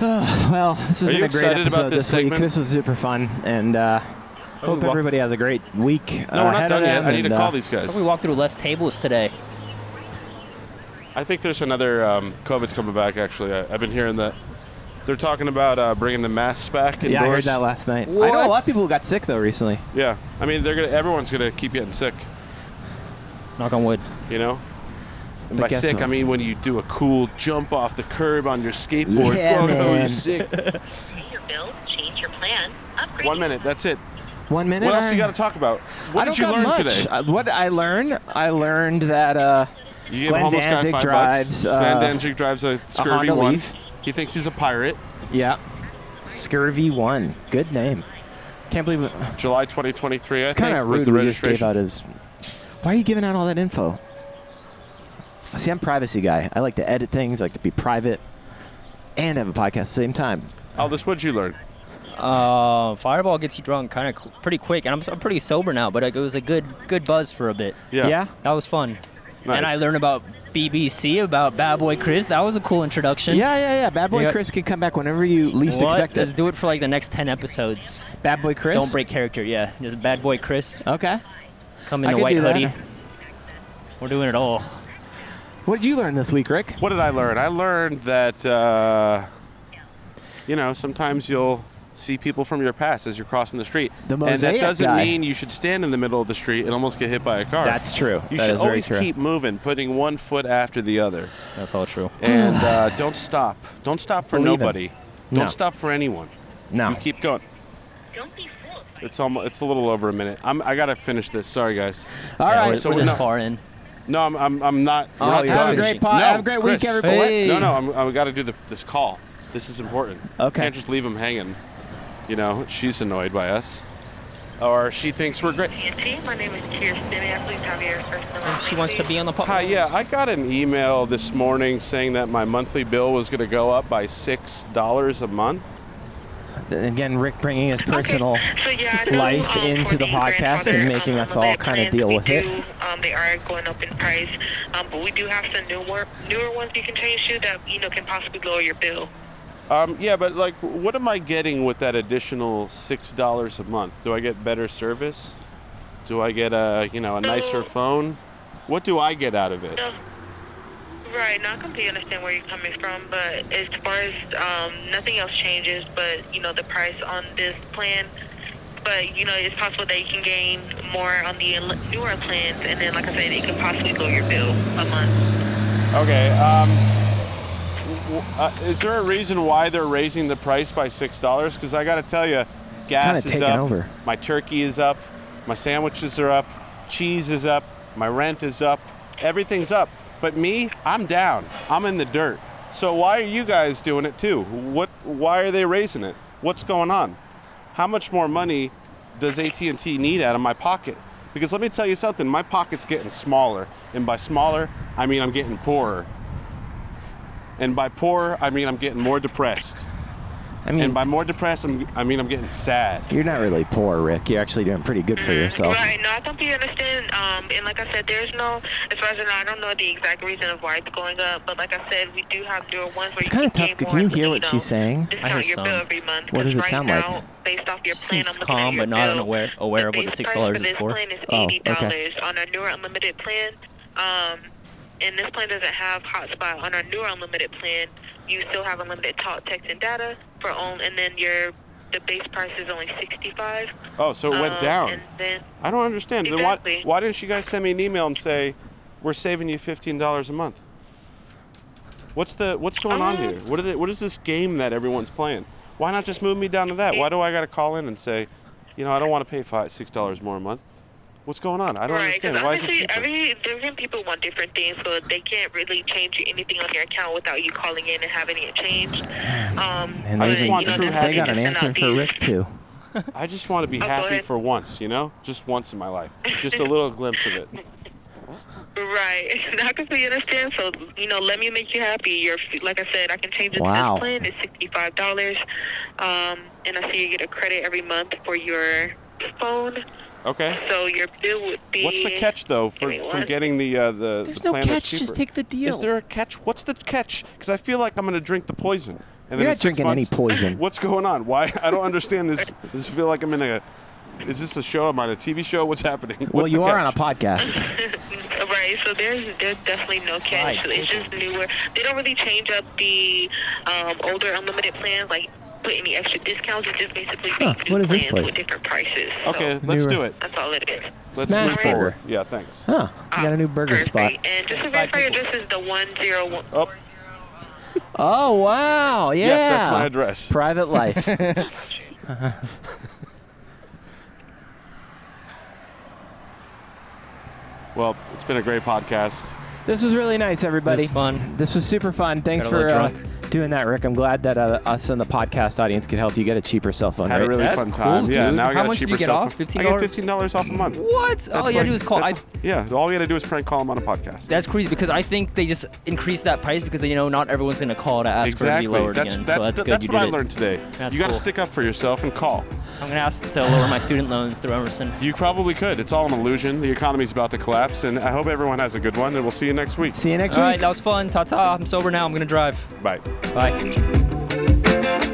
[SPEAKER 3] Well, this has
[SPEAKER 1] Are
[SPEAKER 3] been
[SPEAKER 1] you
[SPEAKER 3] a great
[SPEAKER 1] excited about
[SPEAKER 3] episode
[SPEAKER 1] this
[SPEAKER 3] week.
[SPEAKER 1] segment?
[SPEAKER 3] This was super fun, and uh, hope
[SPEAKER 1] walk-
[SPEAKER 3] everybody has a great week. uh,
[SPEAKER 1] No, we're not done yet. I need to call these guys.
[SPEAKER 2] We walked through less tables today.
[SPEAKER 1] I think there's another um, COVID's coming back. Actually, I, I've been hearing that they're talking about uh, bringing the masks back indoors.
[SPEAKER 3] Yeah, I heard that last night. I know a lot
[SPEAKER 2] What?
[SPEAKER 3] of people got sick though recently.
[SPEAKER 1] Yeah, I mean, they're gonna. Everyone's gonna keep getting sick.
[SPEAKER 2] Knock on wood.
[SPEAKER 1] You know. And
[SPEAKER 3] I
[SPEAKER 1] by
[SPEAKER 3] guess
[SPEAKER 1] sick,
[SPEAKER 3] so.
[SPEAKER 1] I mean when you do a cool jump off the curb on your skateboard.
[SPEAKER 3] Yeah,
[SPEAKER 1] Fuck, that was
[SPEAKER 3] man.
[SPEAKER 1] sick.
[SPEAKER 8] Pay your bill, change your plan, upgrade.
[SPEAKER 1] One minute. That's it.
[SPEAKER 3] One minute.
[SPEAKER 1] What else
[SPEAKER 3] I-
[SPEAKER 1] you got to talk about? What
[SPEAKER 3] I don't
[SPEAKER 1] did you
[SPEAKER 3] got
[SPEAKER 1] learn
[SPEAKER 3] much.
[SPEAKER 1] today?
[SPEAKER 3] Uh, what I learned, I learned that uh,
[SPEAKER 1] You gave
[SPEAKER 3] Glenn
[SPEAKER 1] a homeless
[SPEAKER 3] Danzig
[SPEAKER 1] guy five
[SPEAKER 3] drives,
[SPEAKER 1] bucks.
[SPEAKER 3] uh,
[SPEAKER 1] Glenn Danzig drives a scurvy
[SPEAKER 3] Honda
[SPEAKER 1] one.
[SPEAKER 3] Leaf.
[SPEAKER 1] He thinks he's a pirate.
[SPEAKER 3] yeah, scurvy one. Good name. Can't believe it.
[SPEAKER 1] July 2023, I
[SPEAKER 3] It's kind
[SPEAKER 1] think,
[SPEAKER 3] of
[SPEAKER 1] was
[SPEAKER 3] rude.
[SPEAKER 1] the
[SPEAKER 3] We just gave
[SPEAKER 1] registration.
[SPEAKER 3] out his. Why are you giving out all that info? See, I'm a privacy guy. I like to edit things. I like to be private, and have a podcast at the same time.
[SPEAKER 1] Aldous, what did you learn?
[SPEAKER 2] Uh, Fireball gets you drunk kind of pretty quick, and I'm, I'm pretty sober now. But like, it was a good good buzz for a bit.
[SPEAKER 1] Yeah.
[SPEAKER 3] Yeah?
[SPEAKER 2] That was fun. And
[SPEAKER 1] Nice.
[SPEAKER 2] I learned about BBC, about Bad Boy Chris. That was a cool introduction.
[SPEAKER 3] Yeah, yeah, yeah. Bad boy
[SPEAKER 2] Yeah.
[SPEAKER 3] Chris can come back whenever you least
[SPEAKER 2] What?
[SPEAKER 3] expect
[SPEAKER 2] Let's
[SPEAKER 3] it.
[SPEAKER 2] do it for like the next 10 episodes.
[SPEAKER 3] Bad boy Chris.
[SPEAKER 2] Don't break character, yeah. There's Bad Boy Chris.
[SPEAKER 3] Okay.
[SPEAKER 2] Come
[SPEAKER 3] I
[SPEAKER 2] in a
[SPEAKER 3] could
[SPEAKER 2] white
[SPEAKER 3] do that.
[SPEAKER 2] hoodie. We're doing it all.
[SPEAKER 3] What did you learn this week, Rick?
[SPEAKER 1] What did I learn? I learned that, uh, you know, sometimes you'll see people from your past as you're crossing the street.
[SPEAKER 3] The
[SPEAKER 1] and that
[SPEAKER 3] mosaic
[SPEAKER 1] doesn't
[SPEAKER 3] guy.
[SPEAKER 1] mean you should stand in the middle of the street and almost get hit by a car.
[SPEAKER 3] That's true.
[SPEAKER 1] You
[SPEAKER 3] That
[SPEAKER 1] should
[SPEAKER 3] is very
[SPEAKER 1] always
[SPEAKER 3] true.
[SPEAKER 1] keep moving, putting one foot after the other.
[SPEAKER 2] That's all true.
[SPEAKER 1] And uh, don't stop. Don't stop for
[SPEAKER 3] Believe it.
[SPEAKER 1] nobody. Don't
[SPEAKER 3] No.
[SPEAKER 1] stop for anyone.
[SPEAKER 3] No.
[SPEAKER 1] You keep going.
[SPEAKER 8] Don't be fooled.
[SPEAKER 1] It's almost, it's a little over a minute. I'm, I gotta finish this. Sorry, guys.
[SPEAKER 3] All
[SPEAKER 2] yeah,
[SPEAKER 3] right.
[SPEAKER 2] We're,
[SPEAKER 1] so
[SPEAKER 2] we're
[SPEAKER 1] we're
[SPEAKER 2] this
[SPEAKER 1] not-
[SPEAKER 2] far in.
[SPEAKER 1] No, I'm, I'm, I'm not. We're
[SPEAKER 2] Oh,
[SPEAKER 1] not
[SPEAKER 2] you're
[SPEAKER 1] done.
[SPEAKER 3] have a great
[SPEAKER 2] finishing.
[SPEAKER 3] po-
[SPEAKER 1] No,
[SPEAKER 3] Have a great
[SPEAKER 1] Chris.
[SPEAKER 3] week, everybody.
[SPEAKER 2] Hey.
[SPEAKER 1] No, no, I'm, I've got to do the, this call. This is important.
[SPEAKER 3] Okay.
[SPEAKER 1] Can't just leave him hanging. You know, she's annoyed by us, or she thinks we're great.
[SPEAKER 8] My name is Kirsten. May I please have your first and last
[SPEAKER 2] Um, She
[SPEAKER 8] name,
[SPEAKER 2] wants to
[SPEAKER 8] please?
[SPEAKER 2] be on the pop.
[SPEAKER 1] Hi, yeah, I got an email this morning saying that my monthly bill was going to go up by six dollars a month.
[SPEAKER 3] Again, Rick bringing his personal.
[SPEAKER 8] Okay. So, yeah, I know,
[SPEAKER 3] life
[SPEAKER 8] um,
[SPEAKER 3] into
[SPEAKER 8] for
[SPEAKER 3] the podcast and
[SPEAKER 8] grandfather,
[SPEAKER 3] making
[SPEAKER 8] um,
[SPEAKER 3] us all
[SPEAKER 8] plans
[SPEAKER 3] kinda deal
[SPEAKER 8] we
[SPEAKER 3] with it.
[SPEAKER 8] do, Um, they are going up in price, um, but we do have some newer, newer ones you can change to that you know can possibly lower your bill.
[SPEAKER 1] Um, yeah, but like, what am I getting with that additional six dollars a month? Do I get better service? Do I get a you know a nicer phone? What do I get out of it?
[SPEAKER 8] No. Right, now I completely understand where you're coming from, but as far as um, nothing else changes, but you know the price on this plan. But you know it's possible that you can gain more on the en- newer plans, and then like I said, it could possibly lower your bill a month.
[SPEAKER 1] Okay. Um, w- uh, is there a reason why they're raising the price by six dollars? Because I got to tell you, gas
[SPEAKER 3] kinda
[SPEAKER 1] is
[SPEAKER 3] taken
[SPEAKER 1] up.
[SPEAKER 3] over.
[SPEAKER 1] My turkey is up. My sandwiches are up. Cheese is up. My rent is up. Everything's up. But me, I'm down. I'm in the dirt. So why are you guys doing it too? What? Why are they raising it? What's going on? How much more money does AT&T need out of my pocket? Because let me tell you something, my pocket's getting smaller, and by smaller, I mean I'm getting poorer. And by poor, I mean I'm getting more depressed.
[SPEAKER 3] I mean,
[SPEAKER 1] And by more depressed, I'm, I mean I'm getting sad.
[SPEAKER 3] you're not really poor, Rick. You're actually doing pretty good for yourself.
[SPEAKER 8] Right, no, I completely understand. Um, and like I said, there's no, as far as I know, I don't know the exact reason of why it's going up, but like I said, we do have newer ones where
[SPEAKER 3] It's
[SPEAKER 8] you
[SPEAKER 3] kind of
[SPEAKER 8] can
[SPEAKER 3] tough. Can
[SPEAKER 8] gain more,
[SPEAKER 3] you hear
[SPEAKER 8] you
[SPEAKER 3] what
[SPEAKER 8] know,
[SPEAKER 3] she's saying?
[SPEAKER 8] Discount
[SPEAKER 2] I hear
[SPEAKER 8] your
[SPEAKER 2] some.
[SPEAKER 8] bill every
[SPEAKER 3] What
[SPEAKER 8] month. 'cause
[SPEAKER 3] does it
[SPEAKER 8] right
[SPEAKER 3] sound like?
[SPEAKER 8] now, Based off your
[SPEAKER 2] She
[SPEAKER 8] plan,
[SPEAKER 2] seems
[SPEAKER 8] I'm looking at
[SPEAKER 2] calm,
[SPEAKER 8] your
[SPEAKER 2] but not
[SPEAKER 8] bill.
[SPEAKER 2] unaware- aware of what the
[SPEAKER 8] base
[SPEAKER 2] $6
[SPEAKER 8] price
[SPEAKER 2] is
[SPEAKER 8] for. This
[SPEAKER 2] for.
[SPEAKER 8] plan is
[SPEAKER 3] Oh,
[SPEAKER 8] eighty
[SPEAKER 3] okay.
[SPEAKER 8] dollars on our newer unlimited plan. Um, and this plan doesn't have hotspot. On our newer unlimited plan, you still have unlimited talk, text, and data for on, and then your the base price is only sixty five.
[SPEAKER 1] Oh, so it went down.
[SPEAKER 8] And then
[SPEAKER 1] I don't understand. Then
[SPEAKER 8] Exactly.
[SPEAKER 1] why, why didn't you guys send me an email and say, we're saving you $15 a month? What's the what's going on
[SPEAKER 8] Um,
[SPEAKER 1] here? What, are the, what is this game that everyone's playing? Why not just move me down to that? Why do I got to call in and say, you know, I don't want to pay five, $6 more a month? What's going on? I don't
[SPEAKER 8] right,
[SPEAKER 1] understand. Why is it
[SPEAKER 8] obviously
[SPEAKER 1] cheaper?
[SPEAKER 8] every different people want different things, so they can't really change anything on your account without you calling in and having it changed. Um,
[SPEAKER 3] And
[SPEAKER 8] but,
[SPEAKER 1] I just
[SPEAKER 8] you
[SPEAKER 1] want
[SPEAKER 8] know,
[SPEAKER 1] true
[SPEAKER 8] that's
[SPEAKER 1] happiness.
[SPEAKER 3] They got an
[SPEAKER 8] just
[SPEAKER 3] answer
[SPEAKER 8] not
[SPEAKER 3] for
[SPEAKER 8] the-
[SPEAKER 3] Rick too.
[SPEAKER 1] I just want to be
[SPEAKER 8] Oh, go
[SPEAKER 1] happy
[SPEAKER 8] ahead.
[SPEAKER 1] for once, you know? Just once in my life. Just a little glimpse of it.
[SPEAKER 8] Right. I completely understand. So, you know, let me make you happy. Your, like I said, I can change it
[SPEAKER 3] Wow.
[SPEAKER 8] to this plan. It's sixty-five dollars, um, and I see you get a credit every month for your phone.
[SPEAKER 1] Okay?
[SPEAKER 8] So your bill would be.
[SPEAKER 1] What's the catch though for,
[SPEAKER 8] Wait,
[SPEAKER 1] from
[SPEAKER 8] what?
[SPEAKER 1] getting the uh, the,
[SPEAKER 3] There's
[SPEAKER 1] the
[SPEAKER 3] no
[SPEAKER 1] plan
[SPEAKER 3] catch.
[SPEAKER 1] that's
[SPEAKER 3] Just
[SPEAKER 1] cheaper?
[SPEAKER 3] take the deal.
[SPEAKER 1] Is there a catch? What's the catch? Because I feel like I'm gonna drink the poison. And
[SPEAKER 3] You're
[SPEAKER 1] in
[SPEAKER 3] not
[SPEAKER 1] six
[SPEAKER 3] drinking any
[SPEAKER 1] months-
[SPEAKER 3] poison.
[SPEAKER 1] What's going on? Why? I don't understand this. This feel like I'm in a. Is this a show? Am I on a TV show? What's happening?
[SPEAKER 3] well,
[SPEAKER 1] What's the
[SPEAKER 3] you are on a
[SPEAKER 1] catch?
[SPEAKER 3] podcast.
[SPEAKER 8] right. So there's there's definitely no catch.
[SPEAKER 2] My
[SPEAKER 8] it's just newer. They don't really change up the um, older unlimited plans like put any extra discounts. It's just basically
[SPEAKER 3] Huh,
[SPEAKER 8] new
[SPEAKER 3] what is this
[SPEAKER 8] plans
[SPEAKER 3] place?
[SPEAKER 8] with different prices.
[SPEAKER 1] Okay,
[SPEAKER 8] So
[SPEAKER 1] let's
[SPEAKER 3] Newer.
[SPEAKER 1] do it.
[SPEAKER 8] that's all it is.
[SPEAKER 1] Let's
[SPEAKER 3] Smash
[SPEAKER 1] move
[SPEAKER 8] burger.
[SPEAKER 1] forward. Yeah, thanks.
[SPEAKER 3] Huh. You got a new burger
[SPEAKER 8] Perfect.
[SPEAKER 3] spot.
[SPEAKER 8] And just to
[SPEAKER 2] Five
[SPEAKER 8] verify your
[SPEAKER 2] people.
[SPEAKER 8] address is the one zero one.
[SPEAKER 1] Oh,
[SPEAKER 3] Oh, wow. Yeah.
[SPEAKER 1] yes, that's my address.
[SPEAKER 3] Private life.
[SPEAKER 1] Well, it's been a great podcast.
[SPEAKER 3] This was really nice, everybody.
[SPEAKER 2] This was fun.
[SPEAKER 3] This was super fun. Thanks
[SPEAKER 2] Got a little
[SPEAKER 3] for uh,
[SPEAKER 2] drunk.
[SPEAKER 3] doing that, Rick. I'm glad that uh, us and the podcast audience could help you get a cheaper cell phone.
[SPEAKER 1] Had a
[SPEAKER 3] right?
[SPEAKER 1] really
[SPEAKER 2] That's
[SPEAKER 1] fun time.
[SPEAKER 2] cool,
[SPEAKER 1] yeah,
[SPEAKER 2] dude.
[SPEAKER 1] now I
[SPEAKER 2] How
[SPEAKER 1] got a
[SPEAKER 2] much do you
[SPEAKER 1] cheaper
[SPEAKER 2] get
[SPEAKER 1] cell
[SPEAKER 2] off?
[SPEAKER 1] phone. I get
[SPEAKER 2] $15?
[SPEAKER 1] fifteen dollars off a month.
[SPEAKER 2] What? Oh, all
[SPEAKER 1] That's
[SPEAKER 2] you gotta
[SPEAKER 1] like-
[SPEAKER 2] do is call. I,
[SPEAKER 1] that's- yeah, all we gotta do is prank call him on a podcast.
[SPEAKER 2] that's crazy because I think they just increased that price because you know not everyone's gonna call to ask
[SPEAKER 1] exactly.
[SPEAKER 2] for it to be lowered
[SPEAKER 1] that's
[SPEAKER 2] again.
[SPEAKER 1] that's,
[SPEAKER 2] so that's
[SPEAKER 1] the-
[SPEAKER 2] good.
[SPEAKER 1] that's
[SPEAKER 2] you
[SPEAKER 1] what I
[SPEAKER 2] did it.
[SPEAKER 1] learned today.
[SPEAKER 2] That's
[SPEAKER 1] you gotta
[SPEAKER 2] cool.
[SPEAKER 1] stick up for yourself and call.
[SPEAKER 2] I'm gonna ask to lower my student loans through Emerson.
[SPEAKER 1] You probably could. It's all an illusion. The economy's about to collapse, and I hope everyone has a good one. And we'll see you next week.
[SPEAKER 3] See you next
[SPEAKER 2] All
[SPEAKER 3] week.
[SPEAKER 2] right, that was fun. Ta ta. I'm sober now. I'm gonna drive.
[SPEAKER 1] Bye.
[SPEAKER 2] Bye.